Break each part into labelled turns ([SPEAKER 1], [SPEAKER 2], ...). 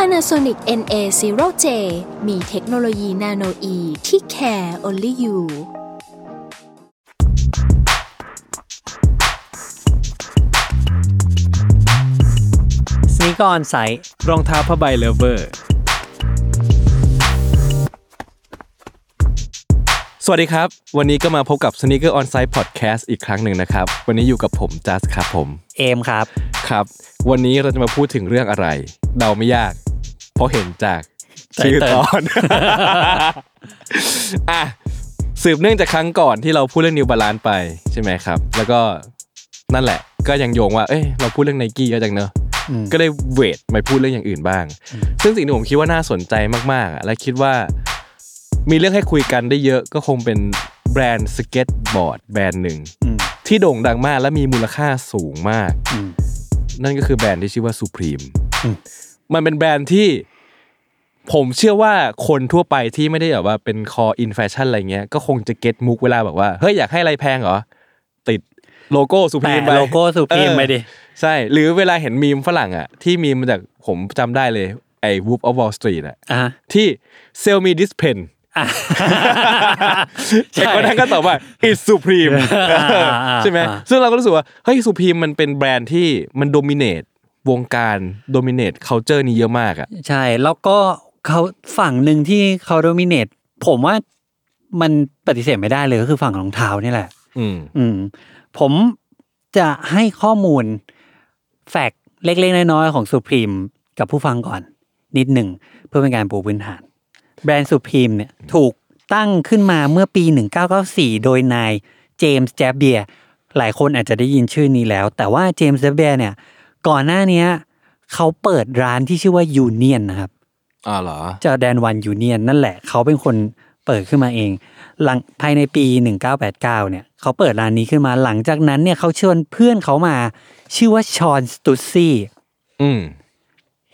[SPEAKER 1] Panasonic NA0J มีเทคโนโลยีนาโนอีที่ care only you
[SPEAKER 2] สนิกออนไซต์
[SPEAKER 3] รองเท้าผ้าใบเลเวอร์ สวัสดีครับ วันนี้ก็มาพบกับ Sneaker On Site Podcast อีกครั้งหนึ่งนะครับ วันนี้อยู่กับผมจัสครับผม
[SPEAKER 2] เอมครับ
[SPEAKER 3] ครับ วันนี้เราจะมาพูดถึงเรื่องอะไร เดาไม่ยาก เพราะเห็นจากชื่อตอน อ่ะสืบเนื่องจากครั้งก่อนที่เราพูดเรื่องนิวบาลานไปใช่ไหมครับ แล้วก็นั่นแหละ ก็ยังโยงว่า เอ้ยเราพูดเรื่องไนกี้เยอะจังเนอะก็เลยเวทมาพูดเรื่องอย่างอื่นบ้าง ซึ่งสิ่งที่ผมคิดว่าน่าสนใจมากๆอะและคิดว่า มีเรื่องให้คุยกันได้เยอะก็คงเป็นแบรนด์สเก็ตบอร์ดแบรนด์หนึ่ง ที่โด่งดังมากและมีมูลค่าสูงมาก
[SPEAKER 2] อืม
[SPEAKER 3] นั่นก็คือแบรนด์ที่ชื่อว่า Supreme มันเป็นแบรนด์ที่ ผมเชื่อว่าคนทั่วไปที่ไม่ได้แบบว่าเป็นคออินแฟชั่นอะไรเงี้ย ก็คงจะเก็ตมุกเวลาแบบว่า เฮ้ย อยากให้อะไรแพงเหรอ ติดโลโก้สุพรี
[SPEAKER 2] แปะ
[SPEAKER 3] มไป
[SPEAKER 2] โลโก้สุพีม
[SPEAKER 3] เออ
[SPEAKER 2] ไปดิ
[SPEAKER 3] ใช่ หรือเวลาเห็นมีมฝรั่งอ่ะ ที่มีมมาจากผมจำได้เลย ไอ้ Whoop of Wall Street อ่ะ
[SPEAKER 2] อ่ะ
[SPEAKER 3] ที่ Sell me this pen
[SPEAKER 2] อ่ะ
[SPEAKER 3] เด็กคนนั้นก็ตอบว่า it's supreme
[SPEAKER 2] อ่าอ่าอ่า
[SPEAKER 3] ใช่ไหมซึ่งเราก็รู้สึกว่า เฮ้ย supreme มันเป็นแบรนด์ที่มัน dominate วงการ dominate culture นี้เยอะมากอ่ะ
[SPEAKER 2] ใช่ แล้วก็เขาฝั่งหนึ่งที่เขาโดมิเนตผมว่ามันปฏิเสธไม่ได้เลยก็คือฝั่งรองเท้านี่แหละ
[SPEAKER 3] อืม
[SPEAKER 2] อืม ผมจะให้ข้อมูล แฟกต์เล็ก ๆ น้อย ๆ ของสุพรีมกับผู้ฟังก่อน นิดหนึ่ง เพื่อเป็นการปูพื้นฐาน แบรนด์สุพรีมเนี่ยถูกตั้งขึ้นมาเมื่อปี 1994 โดยนายเจมส์แจบเบียร์หลายคนอาจจะได้ยินชื่อนี้แล้ว แต่ว่าเจมส์แจบเบียร์เนี่ย ก่อนหน้าเนี้ยเขาเปิดร้านที่ชื่อว่ายูเนียนนะครับ
[SPEAKER 3] อ่าเหรอ
[SPEAKER 2] จอแดนวันยูเนียนนั่นแหละ เขาเป็นคนเปิดขึ้นมาเอง หลังภายในปี 1989 เนี่ย เขาเปิดร้านนี้ขึ้นมาหลังจากนั้นเนี่ยเขาชวนเพื่อนเขามา ชื่อว่าชอนสตูซี่
[SPEAKER 3] อืม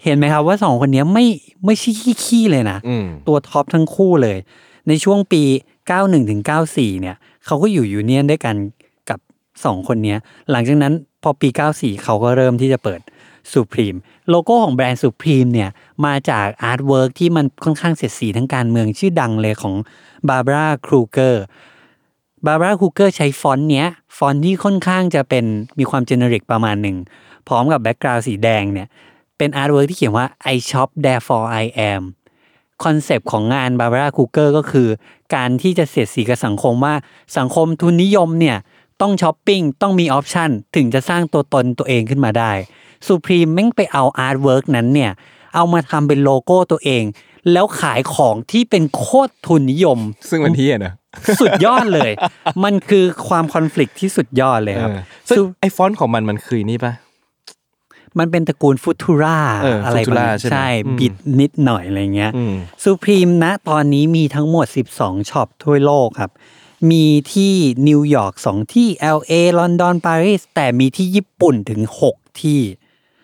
[SPEAKER 2] เห็นไหมครับว่าสองคนเนี้ยไม่ไม่ใช่ขี้ๆเลยนะ
[SPEAKER 3] อืม
[SPEAKER 2] ตัวท็อปทั้งคู่เลย ในช่วงปี 91ถึง94 เนี่ย เขาก็อยู่ยูเนียนด้วยกันกับ 2 คนเนี้ย หลังจากนั้นพอปี 94 เขาก็เริ่มที่จะเปิด Supreme โลโก้ของแบรนด์ Supreme เนี่ย มาจากอาร์ตเวิร์กที่มันค่อนข้างเสียดสีทั้งการเมืองชื่อดังเลยของบาร์บราครูเกอร์บาร์บราครูเกอร์ใช้ฟอนต์เนี้ย ฟอนต์ที่ค่อนข้างจะเป็นมีความเจเนริกประมาณหนึ่ง พร้อมกับแบ็กกราวด์สีแดงเนี่ย เป็นอาร์ตเวิร์กที่เขียนว่า I shop therefore I am คอนเซปต์ของงานบาร์บาร่าคูเกอร์ก็คือ การที่จะเสียดสีกับสังคมว่าสังคมทุนนิยมเนี่ยต้องช้อปปิ้ง ต้องมีออปชันถึงจะสร้างตัวตนตัวเองขึ้นมาได้สุพรีมแม่งไปเอาอาร์ตเวิร์กนั้นเนี่ย เอามาทำเป็นโลโก้ตัวเอง แล้วขายของที่เป็นโคตรทุนนิยม
[SPEAKER 3] ซึ่งมันเที่ยนะ
[SPEAKER 2] สุดยอดเลย มันคือความคอน FLICT ที่สุดยอดเลยครับ
[SPEAKER 3] เออซึ่ง
[SPEAKER 2] ซึ่ง
[SPEAKER 3] ไอฟอนต์ของมันมันคือนี่ปะ
[SPEAKER 2] มันเป็นตระกูลฟุตูรา
[SPEAKER 3] เอออ
[SPEAKER 2] อะไรประมาณ
[SPEAKER 3] Futura ใช่ไหม
[SPEAKER 2] ใช่
[SPEAKER 3] อืม
[SPEAKER 2] บิดนิดหน่อยอะไรเงี้ย
[SPEAKER 3] อืม
[SPEAKER 2] ซูพรีมนะตอนนี้มีทั้งหมด 12ช็อปทั่วโลกครับ มีที่นิวยอร์ก2ที่ LA ลอนดอนปารีสแต่มีที่ญี่ปุ่นถึง 6 ที่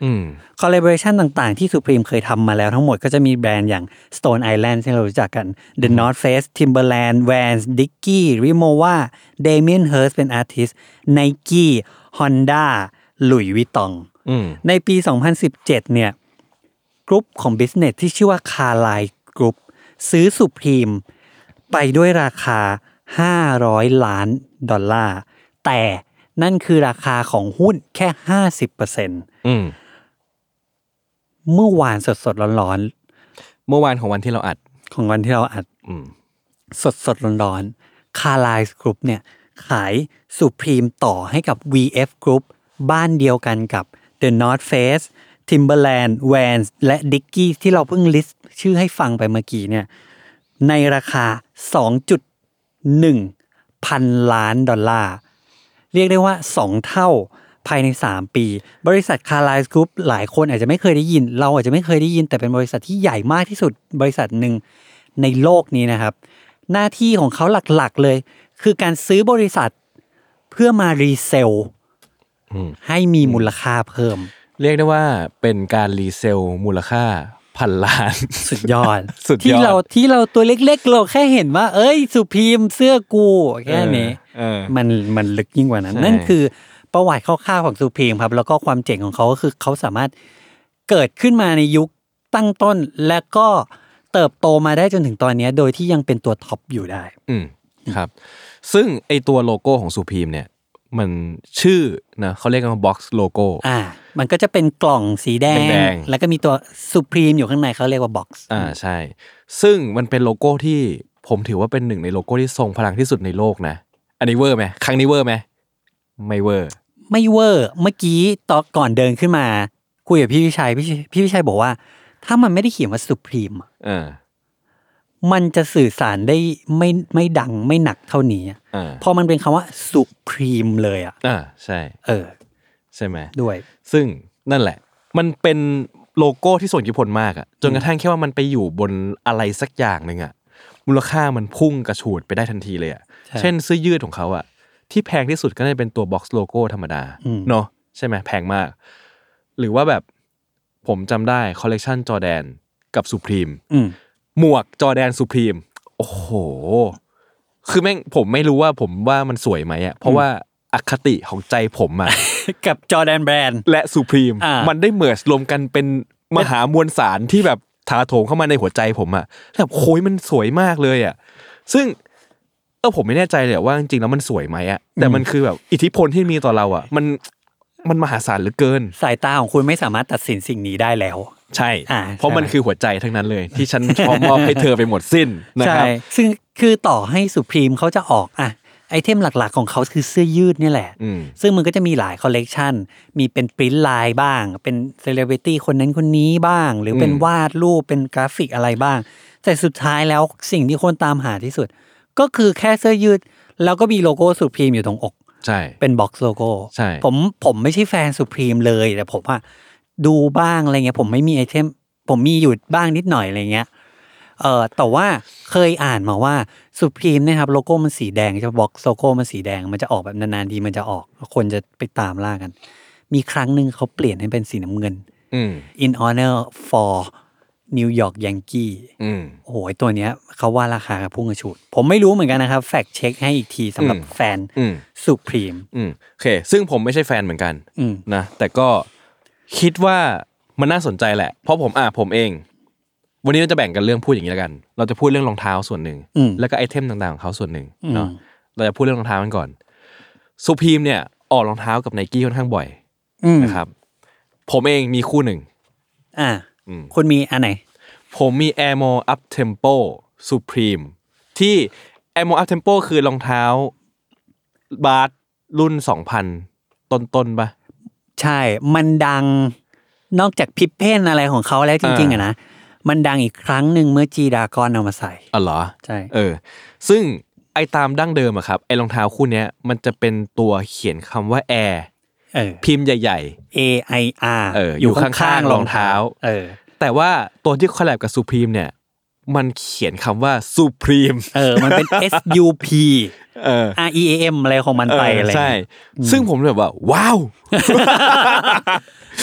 [SPEAKER 3] อืม
[SPEAKER 2] คอลเลบอเรชันต่างๆ ที่ Supreme เคยทำมาแล้วทั้งหมดก็จะมีแบรนด์อย่าง Stone Island ที่เรารู้จักกัน The North Face Timberland Vans Dickie Rimowa Damien Hirst เป็น Artist Nike Honda หลุยวิตอง
[SPEAKER 3] อืม
[SPEAKER 2] ในปี 2017 เนี่ย กรุ๊ปของบิสเนสที่ชื่อว่าคา l ล n e กรุ๊ปซื้อสุพรีมไปด้วยราคา 500 ล้านดอลลาร์ แต่นั่นคือราคาของหุ้นแค่ 50%
[SPEAKER 3] อืม
[SPEAKER 2] เมื่อวานสดสดๆร้อน
[SPEAKER 3] เมื่อวานของวันที่เราอัด
[SPEAKER 2] ๆ ของวันที่เราอัด
[SPEAKER 3] อืม
[SPEAKER 2] สดสดๆร้อนๆคา l ล n e กรุ๊ปเนี่ย ขายสุพรีมต่อให้กับ VF Group บ้านเดียวกันกับ The North Face Timberland Vans และ Dickies ที่เราเพิ่งลิสต์ชื่อให้ฟังไปเมื่อกี้เนี่ย ในราคา 2.1 พันล้านดอลลาร์ เรียกได้ว่า 2 เท่า ภายใน 3 ปี บริษัทคาร์ไลส์กรุ๊ปหลายคนอาจจะไม่เคยได้ยิน เราอาจจะไม่เคยได้ยิน แต่เป็นบริษัทที่ใหญ่มากที่สุดบริษัทหนึ่งในโลกนี้นะครับ หน้าที่ของเขาหลักๆเลย คือการซื้อบริษัทเพื่อมารีเซล
[SPEAKER 3] อืม
[SPEAKER 2] ให้มีมูลค่าเพิ่ม
[SPEAKER 3] เรียกได้ว่าเป็นการรีเซลมูลค่าพันล้าน
[SPEAKER 2] สุดยอด
[SPEAKER 3] สุดยอด
[SPEAKER 2] ที่เราที่เราตัวเล็กๆ เราแค่เห็นว่า เอ้ย สุพีมเสื้อกู แค่นี้
[SPEAKER 3] เออ
[SPEAKER 2] มันมันลึกยิ่งกว่านั้น
[SPEAKER 3] ใช่
[SPEAKER 2] นั่นคือประวัติคร่าวๆของสุพีมครับ แล้วก็ความเจ๋งของเขาก็คือเขาสามารถเกิดขึ้นมาในยุคตั้งต้น และก็เติบโตมาได้จนถึงตอนนี้ โดยที่ยังเป็นตัวท็อปอยู่ได้
[SPEAKER 3] อืมครับ ซึ่งไอตัวโลโก้ของซูพีมเนี่ย มันชื่อนะเขาเรียกกันว่าบ็อกซ์โลโก้
[SPEAKER 2] อ่า มันก็จะเป็นกล่องสีแดง
[SPEAKER 3] แดง
[SPEAKER 2] แล้วก็มีตัวสุพีมอยู่ข้างในเขาเรียกว่าบ็อกซ์
[SPEAKER 3] อ่าใช่ ซึ่งมันเป็นโลโก้ที่ผมถือว่าเป็นหนึ่งในโลโก้ที่ทรงพลังที่สุดในโลกนะ อันนี้เวอร์ไหมครั้งนี้เวอร์ไหมไม่เวอร์
[SPEAKER 2] ไม่เวอร์เมื่อกี้ตอนก่อนเดินขึ้นมาคุยกับพี่วิชัยพี่พี่วิชัยบอกว่า ถ้ามันไม่ได้เขียนว่าสุพีม
[SPEAKER 3] เออ
[SPEAKER 2] มันจะสื่อสารได้ไม่ไม่ดังไม่หนักเท่านี้อะ
[SPEAKER 3] เอ่า
[SPEAKER 2] พอมันเป็นคำว่าสุพรีมเลยอ่ะ
[SPEAKER 3] อ่าใช่
[SPEAKER 2] เออ
[SPEAKER 3] ใช่ไหม
[SPEAKER 2] ด้วย
[SPEAKER 3] ซึ่งนั่นแหละ มันเป็นโลโก้ที่ส่งอิทธิพลมากอะจนกระทั่งแค่ว่ามันไปอยู่บนอะไรสักอย่างหนึ่งอะมูลค่ามันพุ่งกระฉูดไปได้ทันทีเลยอะ
[SPEAKER 2] ใช่
[SPEAKER 3] เช่นเสื้อยืดของเขาอะที่แพงที่สุดก็น่าจะเป็นตัวบ็อกซ์โลโก้ธรรมดา
[SPEAKER 2] อืม
[SPEAKER 3] เนาะใช่ไหมแพงมาก หรือว่าแบบผมจำได้คอลเลกชันจอแดนกับสุพรีม
[SPEAKER 2] อืม
[SPEAKER 3] หมวกจอแดนสุพรีมโอ้โห คือแม่งผมไม่รู้ว่าผมว่ามันสวยไหมอะเพราะว่าอคติของใจผมอะ
[SPEAKER 2] กับจอแดนแบรนด์
[SPEAKER 3] และสุพรีม
[SPEAKER 2] อ่ามั
[SPEAKER 3] มันได้เมิร์รวมกันเป็นมหามวลสารที่แบบถาโถงเข้ามาในหัวใจผมอะแบบโคยมันสวยมากเลยอะซึ่งเออผมไม่แน่ใจเลยอะว่าจริงๆแล้วมันสวยไหมอะแต่มันคือแบบอิทธิพลที่มีต่อเราอะมันมันมหาศาลเหลือเกิน
[SPEAKER 2] สายตาของคุณไม่สามารถตัดสินสิ่งนี้ได้แล้ว
[SPEAKER 3] ใช่
[SPEAKER 2] อ่า
[SPEAKER 3] เพราะมัน
[SPEAKER 2] ใช่
[SPEAKER 3] คือหัวใจทั้งนั้นเลย ที่ฉันพร้อมมอบให้เธอไปหมดสิ้นนะครับ
[SPEAKER 2] ซึ่งคือต่อให้สุพรีมเขาจะออกอ่ะ ไอเทมหลักๆของเขาคือเสื้อยืดเนี่ยแหละ
[SPEAKER 3] อืม
[SPEAKER 2] ซึ่งมันก็จะมีหลายคอลเลกชันมีเป็นปริ้นท์ลายบ้าง เป็นเซเลบริตี้คนนั้นคนนี้บ้าง หรือเป็น
[SPEAKER 3] อืม
[SPEAKER 2] วาดรูป เป็นกราฟิกอะไรบ้าง แต่สุดท้ายแล้วสิ่งที่คนตามหาที่สุด ก็คือแค่เสื้อยืด แล้วก็มีโลโก้สุพรีมอยู่ตรงอก
[SPEAKER 3] ใช่
[SPEAKER 2] เป็นบ็อกซ์โลโก้
[SPEAKER 3] ใช่
[SPEAKER 2] ผมผมไม่ใช่แฟนสุพรีมเลย แต่ผมอะดูบ้างอะไรเงี้ย ผมไม่มีไอเทม ผมมีอยู่บ้างนิดหน่อยอะไรเงี้ยเออแต่ว่าเคยอ่านมาว่าสุพรีมนะครับโลโก้มันสีแดงจะบ็อกซ์โลโก้มันสีแดง มันจะออกแบบนานๆทีมันจะออก คนจะไปตามล่ากัน มีครั้งหนึ่งเขาเปลี่ยนให้เป็นสีน้ำเงิน
[SPEAKER 3] อืม
[SPEAKER 2] in honor for New York Yankee
[SPEAKER 3] อืม
[SPEAKER 2] โอ้โหตัวเนี้ยเขาว่าราคาพุ่งกระฉูด ผมไม่รู้เหมือนกันนะครับ แฟกเช็คให้อีกทีสำหรับ
[SPEAKER 3] อืม
[SPEAKER 2] แฟน
[SPEAKER 3] อืม
[SPEAKER 2] สุพรีม
[SPEAKER 3] อืมโอเค ซึ่งผมไม่ใช่แฟนเหมือนกัน
[SPEAKER 2] อืม
[SPEAKER 3] นะแต่ก็คิดว่ามันน่าสนใจแหละ เพราะผมอ่ะผมเอง วันนี้เราจะแบ่งกันเรื่องพูดอย่างนี้แล้วกัน เราจะพูดเรื่องรองเท้าส่วนหนึ่ง
[SPEAKER 2] อืม
[SPEAKER 3] แล้วก็ไอเทมต่างๆของเขาส่วนหนึ่งเนาะ
[SPEAKER 2] อืม
[SPEAKER 3] เราจะพูดเรื่องรองเท้ากันก่อนซูพีมเนี่ยออกรองเท้ากับไนกี้ค่อนข้างบ่อย
[SPEAKER 2] อืม
[SPEAKER 3] นะครับ ผมเองมีคู่หนึ่ง
[SPEAKER 2] อ่า
[SPEAKER 3] อืม
[SPEAKER 2] คุณมีอันไหน
[SPEAKER 3] ผมมี Air Mo Up Tempo Supreme ที่ Air Mo Up Tempo คือรองเท้าบาสรุ่น 2000 ต้นๆปะ
[SPEAKER 2] ใช่ มันดังนอกจากพิปเพนอะไรของเขาแล้วจริง ๆ
[SPEAKER 3] อ่า
[SPEAKER 2] อะนะ มันดังอีกครั้งหนึ่งเมื่อจีดากอนเอามาใส่
[SPEAKER 3] อ๋อเหรอ
[SPEAKER 2] ใช่
[SPEAKER 3] เออ ซึ่งไอตามดั้งเดิมอะครับ ไอรองเท้าคู่เนี้ยมันจะเป็นตัวเขียนคำว่าแอร์
[SPEAKER 2] เออ
[SPEAKER 3] พิมพ์ใหญ่
[SPEAKER 2] A I R
[SPEAKER 3] เอออยู่ข้างๆรองเท้า
[SPEAKER 2] เออ
[SPEAKER 3] ๆ แต่ว่าตัวที่คอลแลบกับซูพรีมเนี่ย มันเขียนคำว่าซูพรีม
[SPEAKER 2] เออ มันเป็น S U P
[SPEAKER 3] เออ
[SPEAKER 2] R E A M อะไรของมันไปอะไร
[SPEAKER 3] ใช่ ซึ่งผมแบบว่า ว้าว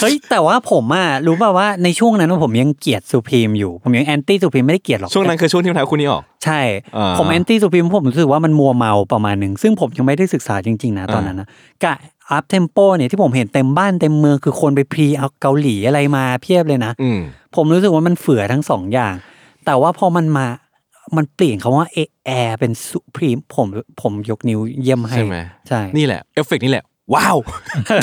[SPEAKER 2] เฮ้ย แต่ว่าผมอ่ะรู้ป่าว่าในช่วงนั้นผมยังเกลียดสุพรีมอยู่ ผมยังแอนตี้สุพรีมไม่ได้เกลียดหรอก
[SPEAKER 3] ช่วงนั้นคือช่วงที่รองเท้าคู่นี้ออก
[SPEAKER 2] ใช่
[SPEAKER 3] อ่า
[SPEAKER 2] ผมแอนตี้สุพิมผมรู้สึกว่ามันมัวเมาประมาณหนึ่ง ซึ่งผมยังไม่ได้ศึกษาจริง ๆ นะตอนนั้นนะกะอัพเทมโปเนี่ยที่ผมเห็นเต็มบ้านเต็มเมืองคือคนไปพรีเอาเกาหลีอะไรมาเพียบเลยนะ
[SPEAKER 3] อืม
[SPEAKER 2] ผมรู้สึกว่ามันเฝือทั้งสองอย่าง แต่ว่าพอมันมามันเปลี่ยนคำว่าเอแอร์เป็นสุพรีมผมผมยกนิ้วเยี่ยมให้
[SPEAKER 3] ใช่ไหม
[SPEAKER 2] ใช่
[SPEAKER 3] นี่แหละ เอฟเฟกต์นี่แหละ ว้าว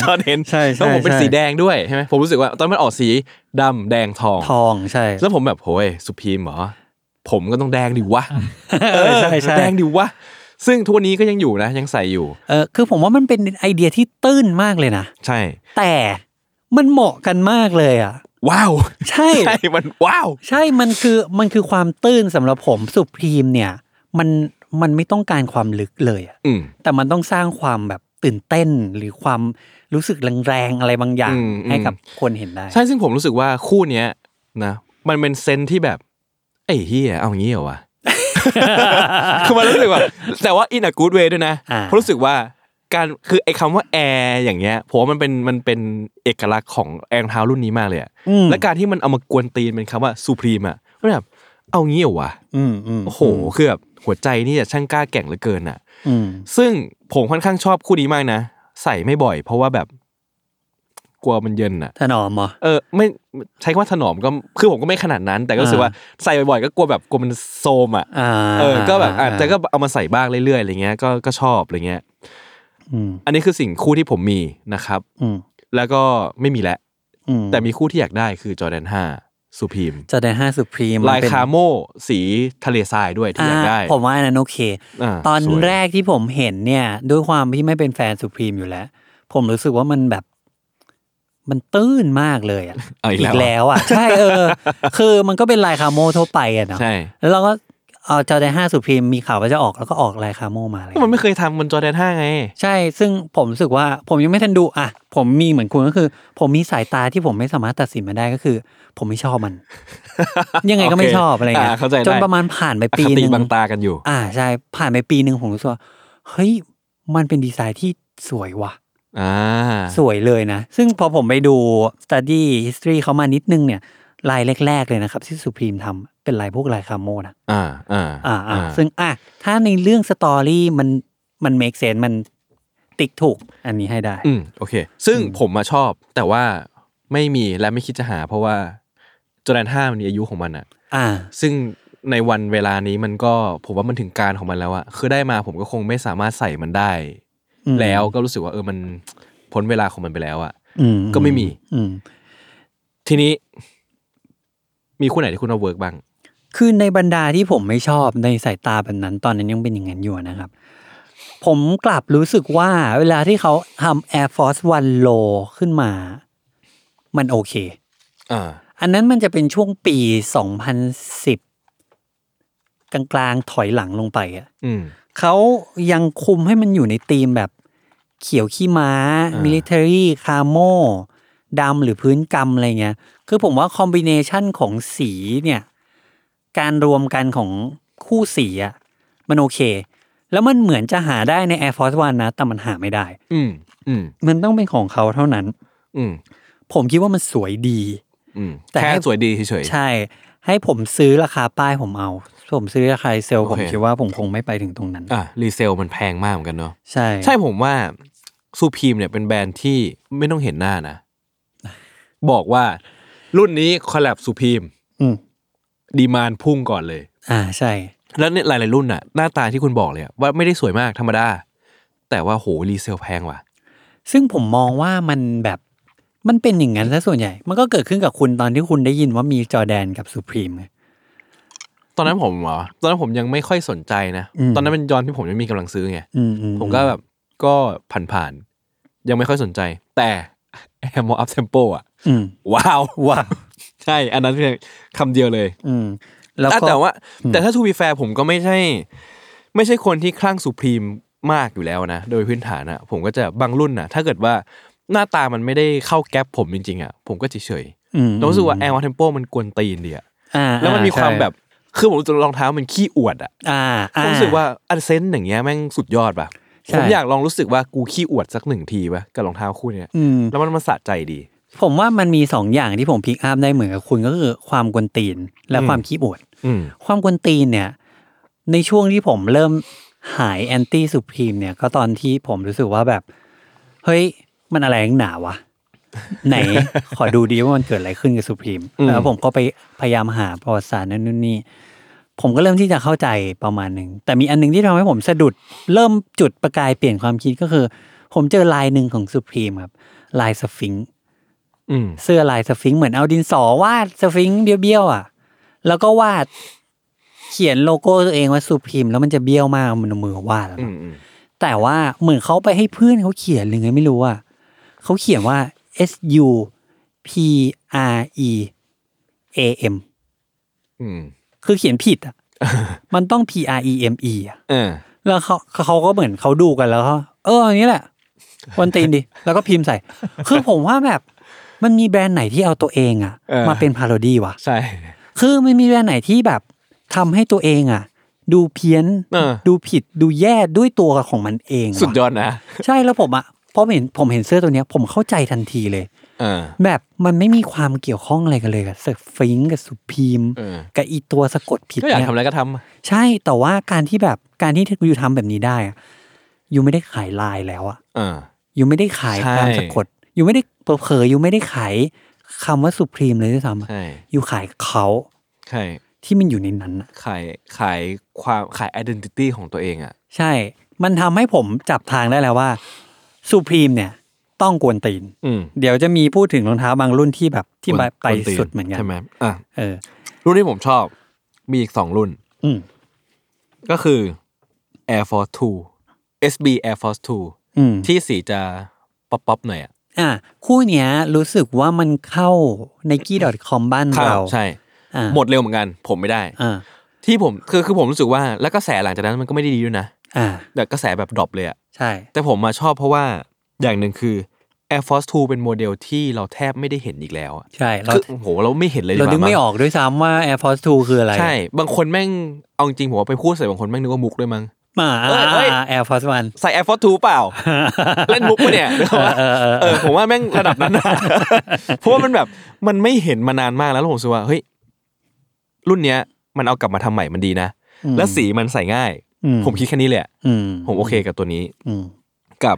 [SPEAKER 3] ตอนเห็น
[SPEAKER 2] ใช่ใช่
[SPEAKER 3] แล้วผมเป็น
[SPEAKER 2] ใช่
[SPEAKER 3] สีแดงด้วยใช่ไหมผมรู้สึกว่าตอนมันออกสีดำแดงทอง
[SPEAKER 2] ทองใช่
[SPEAKER 3] แล้วผมแบบโหยสุพีมเหรอ ผมก็ต้องแดงดิวะ
[SPEAKER 2] เออใช่ใช่
[SPEAKER 3] แดงดิวะ ซึ่งทุกวันนี้ก็ยังอยู่นะ ยังใส่อยู่
[SPEAKER 2] เออคือผมว่ามันเป็นไอเดียที่ตื้นมากเลยนะ
[SPEAKER 3] ใช่
[SPEAKER 2] แต่มันเหมาะกันมากเลยอ่ะ
[SPEAKER 3] ว้าว
[SPEAKER 2] ใช่
[SPEAKER 3] ใช่มันว้าว
[SPEAKER 2] ใช่ มันคือ มันคือความตื้นสำหรับผมสุพรีมเนี่ย มัน มันไม่ต้องการความลึกเลยอะ
[SPEAKER 3] อืม
[SPEAKER 2] แต่มันต้องสร้างความแบบ ตื่นเต้นหรือความรู้สึกแรงๆอะไรบางอย่าง
[SPEAKER 3] อืมอืม
[SPEAKER 2] ให้กับคนเห็นได้
[SPEAKER 3] ใช่ซึ่งผมรู้สึกว่าคู่เนี้ยนะมันเป็นเซนส์ที่แบบไอ้เฮียเอางี้เหรอวะ คือมันรู้สึกว่า แต่ว่า in a good way ด้วยนะ
[SPEAKER 2] อ่า
[SPEAKER 3] เพราะรู้สึกว่าการคือไอ้คำว่าแอร์อย่างเงี้ยผมว่ามันเป็นมันเป็นเอกลักษณ์ของแอร์รองเท้ารุ่นนี้มากเลยอะ
[SPEAKER 2] อืม
[SPEAKER 3] และการที่มันเอามากวนตีนเป็นคำว่าซูพรีมอะมันแบบเอางี้เหรอวะ
[SPEAKER 2] อืมอืม
[SPEAKER 3] โอ้โหคือแบบหัวใจนี่อะช่างกล้าแกร่งเหลือเกินอะ
[SPEAKER 2] อืม
[SPEAKER 3] ซึ่งผมค่อนข้างชอบคู่นี้มากนะ ใส่ไม่บ่อย เพราะว่าแบบ กลัวมันเย็นอ่ะ
[SPEAKER 2] ถนอมเหรอ
[SPEAKER 3] เออ ไม่ใช้คำว่าถนอมก็คือผมก็ไม่ขนาดนั้น แต่ก็รู้สึก
[SPEAKER 2] อ่า
[SPEAKER 3] ว่าใส่บ่อยๆก็กลัวแบบกลัวมันโซมอ่ะ
[SPEAKER 2] อ่า
[SPEAKER 3] เออ ก็แบบอาจจะแต่ก็เอามาใส่บ้างเรื่อยๆอะไรเงี้ยก็ก็ชอบอะไรเงี้ย
[SPEAKER 2] อืม
[SPEAKER 3] อันนี้คือสิ่งคู่ที่ผมมีนะครับ
[SPEAKER 2] อืม
[SPEAKER 3] แล้วก็ไม่มีแล้ว
[SPEAKER 2] อืม
[SPEAKER 3] แต่มีคู่ที่อยากได้คือจอแดน5สุพีม
[SPEAKER 2] จอแดนห้าสุพรีม
[SPEAKER 3] ลายคาโมสีทะเลทรายด้วยที่อยากได้
[SPEAKER 2] ผมว่าอันนั้นโอเค
[SPEAKER 3] า
[SPEAKER 2] ตอน
[SPEAKER 3] สวย
[SPEAKER 2] แรกที่ผมเห็นเนี่ย ด้วยความที่ไม่เป็นแฟนสุพรีมอยู่แล้ว ผมรู้สึกว่ามันแบบ มันตื้นมากเลยอ่ะ
[SPEAKER 3] เอาอี
[SPEAKER 2] อี
[SPEAKER 3] ก
[SPEAKER 2] ก
[SPEAKER 3] แล้
[SPEAKER 2] แล้ว
[SPEAKER 3] ว
[SPEAKER 2] อ่ะ ใช่เออ คือมันก็เป็นลายคาโมทั่วไปอ่ะเนาะ
[SPEAKER 3] ใช่
[SPEAKER 2] แล้วเราก็เอาจอแดนห้าสุพรีมมีข่าวว่าจะออกแล้วก็ออกลายคาโมมาเลย
[SPEAKER 3] ก็มันไม่เคยทำบนจอแดน5ไง
[SPEAKER 2] ใช่ ซึ่งผมรู้สึกว่าผมยังไม่ทันดูอ่ะ ผมมีเหมือนคุณก็คือ ผมมีสายตาที่ผมไม่สามารถตัดสินมันได้ก็คือ ผมไม่ชอบมัน ยังไงก็ไม่ชอบอะไรเงี้ย
[SPEAKER 3] โอเคอ่าเข้าใจได้
[SPEAKER 2] จนประมาณผ่านไป
[SPEAKER 3] อ
[SPEAKER 2] ปีห
[SPEAKER 3] คติ
[SPEAKER 2] นึ่ง
[SPEAKER 3] บางตากันอยู่
[SPEAKER 2] อ่าใช่ ผ่านไปปีหนึ่งผมรู้สึกว่าเฮ้ยมันเป็นดีไซน์ที่สวยว่ะ
[SPEAKER 3] อ่า
[SPEAKER 2] สวยเลยนะ ซึ่งพอผมไปดู study history เขามานิดนึงเนี่ย ลายแรก ๆ เลยนะครับ ที่สุพรีมทำเป็นลายพวกลายคาโมนะ
[SPEAKER 3] อ่า อ่า
[SPEAKER 2] อ่าอ่าซึ่งอ่ะถ้าในเรื่องสตอรี่มันมัน make sense มันติ๊กถูกอันนี้ให้ได้
[SPEAKER 3] อืม โอเค ซึ่งผมมาชอบ แต่ว่าไม่มีและไม่คิดจะหา เพราะว่าจอแดนห้ามันมีอายุของมันอะ
[SPEAKER 2] อ่า
[SPEAKER 3] ซึ่งในวันเวลานี้มันก็ผมว่ามันถึงการของมันแล้วอะคือได้มาผมก็คงไม่สามารถใส่มันได้
[SPEAKER 2] อืม
[SPEAKER 3] แล้วก็รู้สึกว่าเออมันพ้นเวลาของมันไปแล้วอะ
[SPEAKER 2] อืม
[SPEAKER 3] ก็ไม่มี
[SPEAKER 2] อืม
[SPEAKER 3] ทีนี้ มีคู่ไหนที่คุณเอาเวิร์กบ้าง
[SPEAKER 2] คือในบรรดาที่ผมไม่ชอบในสายตาแบบนั้น ตอนนั้นยังเป็นอย่างนั้นอยู่นะครับ ผมกลับรู้สึกว่าเวลาที่เขาทำ Air Force One Low ขึ้นมา มันโอเค
[SPEAKER 3] อ่า
[SPEAKER 2] อันนั้นมันจะเป็นช่วงปี 2010 กลางๆ ถอยหลังลงไปอะ
[SPEAKER 3] อืม
[SPEAKER 2] เขายังคุมให้มันอยู่ในธีมแบบเขียวขี้ม้า
[SPEAKER 3] อ่ามิ
[SPEAKER 2] มิลิเตอรี่คาโมดำหรือพื้นกำอะไรเงี้ย คือผมว่าคอมบิเนชันของสีเนี่ย การรวมกันของคู่สีอะมันโอเค แล้วมันเหมือนจะหาได้ใน Air Force One นะ แต่มันหาไม่ได้
[SPEAKER 3] อืม อืม
[SPEAKER 2] มันต้องเป็นของเขาเท่านั้น
[SPEAKER 3] อืม
[SPEAKER 2] ผมคิดว่ามันสวยดี
[SPEAKER 3] อืม
[SPEAKER 2] แต่
[SPEAKER 3] แต่แค่
[SPEAKER 2] ให้
[SPEAKER 3] สวยดีเฉย
[SPEAKER 2] ใช่ ให้ผมซื้อราคาป้ายผมเอา ผมซื้อราคาเซลลผม
[SPEAKER 3] โอเค
[SPEAKER 2] คิดว่าผมคงไม่ไปถึงตรงนั้น
[SPEAKER 3] ๆอ่ารีเซลมันแพงมากเหมือนกันเนาะ
[SPEAKER 2] ใช่
[SPEAKER 3] ใช่ผมว่าซูพีมเนี่ยเป็นแบรนด์ที่ไม่ต้องเห็นหน้านะ บอกว่ารุ่นนี้คอลแลบซูพีม
[SPEAKER 2] อืม
[SPEAKER 3] ดีมานพุ่งก่อนเลย
[SPEAKER 2] อ่าใช่
[SPEAKER 3] แล้วเนี่ยหลาย ๆ รุ่นน่ะ หน้าตาที่คุณบอกเลยอะว่าไม่ได้สวยมากธรรมดา แต่ว่าโหรีเซลแพงว่ะ
[SPEAKER 2] ซึ่งผมมองว่ามันแบบมันเป็นอย่างนั้นซะส่วนใหญ่ มันก็เกิดขึ้นกับคุณตอนที่คุณได้ยินว่ามีจอร์แดนกับสุพรีม
[SPEAKER 3] ตอนนั้นผมเหรอตอนนั้นผมยังไม่ค่อยสนใจนะ
[SPEAKER 2] อืม
[SPEAKER 3] ตอนนั้นเป็นย้อนที่ผมยังไม่มีกำลังซื้อไง
[SPEAKER 2] อืมอื
[SPEAKER 3] ผมก็แบบก็ผ่านๆยังไม่ค่อยสนใจ แต่ แอมออัพเทมโปอ่ะ
[SPEAKER 2] อืม
[SPEAKER 3] ว้ าว
[SPEAKER 2] ว้าว
[SPEAKER 3] ใช่ อันนั้นเพียงคำเดียวเลย
[SPEAKER 2] อืมแล้ว
[SPEAKER 3] อ่ะ
[SPEAKER 2] ก็
[SPEAKER 3] แต่ว่าแต่ถ้าทูบีแฟร์ผมก็ไม่ใช่ ไม่ใช่คนที่คลั่งสุพรีมมากอยู่แล้วนะ โดยพื้นฐานอะผมก็จะบางรุ่นนะถ้าเกิดว่าหน้าตามันไม่ได้เข้าแก๊ปผมจริงๆอะผมก็เฉย
[SPEAKER 2] อืม
[SPEAKER 3] ๆแล้วรู้สึกว่าแอร์วอเทมโปมันกวนตีนดีอะ
[SPEAKER 2] อ่า
[SPEAKER 3] แล้วมันมีความแบบ
[SPEAKER 2] ใช่
[SPEAKER 3] คือผมรู้สึกรองเท้ามันขี้อวดอะ
[SPEAKER 2] อ่า
[SPEAKER 3] ผ
[SPEAKER 2] อ่
[SPEAKER 3] มรู้สึกว่าอันเซนต์อย่างเงี้ยแม่งสุดยอดป่ะ
[SPEAKER 2] ใช่
[SPEAKER 3] ผมอยากลองรู้สึกว่ากูขี้อวดสักหนึ่งทีป่ะกับรองเท้าคู่เนี้ย
[SPEAKER 2] อืม
[SPEAKER 3] แล้วมันมันสะใจดี
[SPEAKER 2] ผมว่ามันมีสองอย่างที่ผมพิกอัพได้เหมือนกับคุณก็คือความกวนตีน และ
[SPEAKER 3] อืม
[SPEAKER 2] ความขี้อวด
[SPEAKER 3] อืม
[SPEAKER 2] ความกวนตีนเนี่ย ในช่วงที่ผมเริ่มหายแอนตี้สุพรีมเนี่ย ก็ตอนที่ผมรู้สึกว่าแบบ เฮ้ย มันอะไรนักหนาวะ ไหน ขอดูดีว่ามันเกิดอะไรขึ้นกับสุพรีม
[SPEAKER 3] อืม
[SPEAKER 2] แล้วผมก็ไปพยายามหาประวัติศาสตร์นั่นนู่นนี่ ผมก็เริ่มที่จะเข้าใจประมาณหนึ่ง แต่มีอันหนึงที่ทำให้ผมสะดุด เริ่มจุดประกายเปลี่ยนความคิดก็คือ ผมเจอลายหนึ่งของสุพรีมครับ ลายสฟิงค์
[SPEAKER 3] อืม
[SPEAKER 2] เสื้อลายสฟิงค์เหมือนเอาดินสอวาดสฟิงค์เบี้ยวๆอ่ะ แล้วก็วาดเขียนโลโก้ตัวเองว่าสุพิมแล้วมันจะเบี้ยวมากมันเอามือวาดแล้ว
[SPEAKER 3] อื
[SPEAKER 2] นะ
[SPEAKER 3] มอืม
[SPEAKER 2] แต่ว่าเหมือนเขาไปให้เพื่อนเขาเขียนหรือไงไม่รู้อ่ะเขาเขียนว่า S U P R E A M
[SPEAKER 3] อืม
[SPEAKER 2] คือเขียนผิด อ่ะ มันต้อง P R E M E อ่ะ
[SPEAKER 3] เออ
[SPEAKER 2] แล้วเขาเขาก็เหมือนเขาดูกันแล้วเขาเอออย่างนี้แหละ วันตีนดิ แล้วก็พิมพ์ใส่ คือผมว่าแบบ มันมีแบรนด์ไหนที่เอาตัวเองอะ
[SPEAKER 3] เออ
[SPEAKER 2] มาเป็นพาโรดี้วะ
[SPEAKER 3] ใช่
[SPEAKER 2] คือมันมีแบรนด์ไหนที่แบบทำให้ตัวเองอะดูเพี้ยน
[SPEAKER 3] เออ
[SPEAKER 2] ดูผิดดูแย่ด้วยตัวของมันเองวะ
[SPEAKER 3] สุดยอดนะ
[SPEAKER 2] ใช่แล้วผมอะพอเห็นผมเห็นเสื้อตัวเนี้ย ผมเข้าใจทันทีเลย
[SPEAKER 3] เออ
[SPEAKER 2] แบบมันไม่มีความเกี่ยวข้องอะไรกันเลยกับสฟิงค์กับสุพีม
[SPEAKER 3] เออ
[SPEAKER 2] กับอีตัวสะกดผิด
[SPEAKER 3] ก็อยาก
[SPEAKER 2] เนี่ย
[SPEAKER 3] ทำอะไรก็ทำ
[SPEAKER 2] ใช่แต่ว่าการที่แบบการที่ยูทำแบบนี้ได้อะยูไม่ได้ขายไลายแล้วอะ
[SPEAKER 3] เออ
[SPEAKER 2] ยูไม่ได้ขาย
[SPEAKER 3] ใช่
[SPEAKER 2] ความสะกดยูไม่ได้เผลอๆยูไม่ได้ขายคำว่าสุพรีมเลยด้วยซ้ำอะ
[SPEAKER 3] ใช่
[SPEAKER 2] ยูขายเขา
[SPEAKER 3] ใช่
[SPEAKER 2] ที่มันอยู่ในนั้นอะ
[SPEAKER 3] ขายขายความขาย identity ของตัวเองอ่ะ
[SPEAKER 2] ใช่ มันทำให้ผมจับทางได้แล้วว่าสุพรีมเนี่ย ต้องกวนตีน
[SPEAKER 3] อืม
[SPEAKER 2] เดี๋ยวจะมีพูดถึงรองเท้าบางรุ่นที่แบบที่ไปไป
[SPEAKER 3] คนตี
[SPEAKER 2] สุดเหมือนกัน
[SPEAKER 3] ใช่ไหมอ่ะ
[SPEAKER 2] เออ
[SPEAKER 3] รุ่นที่ผมชอบมีอีกสองรุ่น
[SPEAKER 2] อืม
[SPEAKER 3] ก็คือ Air Force 2 SB Air Force
[SPEAKER 2] อืม
[SPEAKER 3] 2 ที่สีจะป๊อปป๊อปๆหน่อยอ่ะ
[SPEAKER 2] อ่ะคู่เนี้ยรู้สึกว่ามันเข้าในกี้ .com บ้านเรา
[SPEAKER 3] ใช่
[SPEAKER 2] อ่ะ
[SPEAKER 3] หมดเร็วเหมือนกันผมไม่ได้
[SPEAKER 2] อ่า
[SPEAKER 3] ที่ผมคือคือผมรู้สึกว่าแล้วกระแสหลังจากนั้นมันก็ไม่ได้ดีด้วยนะ
[SPEAKER 2] อ่า
[SPEAKER 3] แต่กระแสแบบดรอปเลยอะ
[SPEAKER 2] ใช่
[SPEAKER 3] แต่ผมมาชอบเพราะว่าอย่างหนึ่งคือ Air Force 2 เป็นโมเดลที่เราแทบไม่ได้เห็นอีกแล้วอะ
[SPEAKER 2] ใช่เรา
[SPEAKER 3] คือโอ้โหเราไม่เห็นเลย
[SPEAKER 2] เรา
[SPEAKER 3] กว่
[SPEAKER 2] ดึงไม่
[SPEAKER 3] ง
[SPEAKER 2] ออกด้วยซ้ำว่า Air Force 2 คืออะไร
[SPEAKER 3] ใช่ บางคนแม่งเอาจริงผมว่าไปพูดใส่บางคนแม่งนึกว่ามุก ด้วยมั้ง
[SPEAKER 2] มา
[SPEAKER 3] เอ้ยเอ้ย
[SPEAKER 2] อ่า Air Force 1
[SPEAKER 3] ใส่ Air Force 2 เปล่า เล่นมุกปะเนี่ย
[SPEAKER 2] เออเออเออ
[SPEAKER 3] เออผมว่าแม่ง ระดับนั้นนะเพราะว่ามันแบบมันไม่เห็นมานานมากแล้วแล้วผมรู้สึกว่าเฮ้ยรุ่นเนี้ย มันเอากลับมาทำใหม่มันดีนะ และสีมันใส่ง่าย
[SPEAKER 2] อื
[SPEAKER 3] ผมคิดแค่นี้เลยอะ
[SPEAKER 2] อื
[SPEAKER 3] ผมโอเคกับตัวนี้
[SPEAKER 2] อืม
[SPEAKER 3] กับ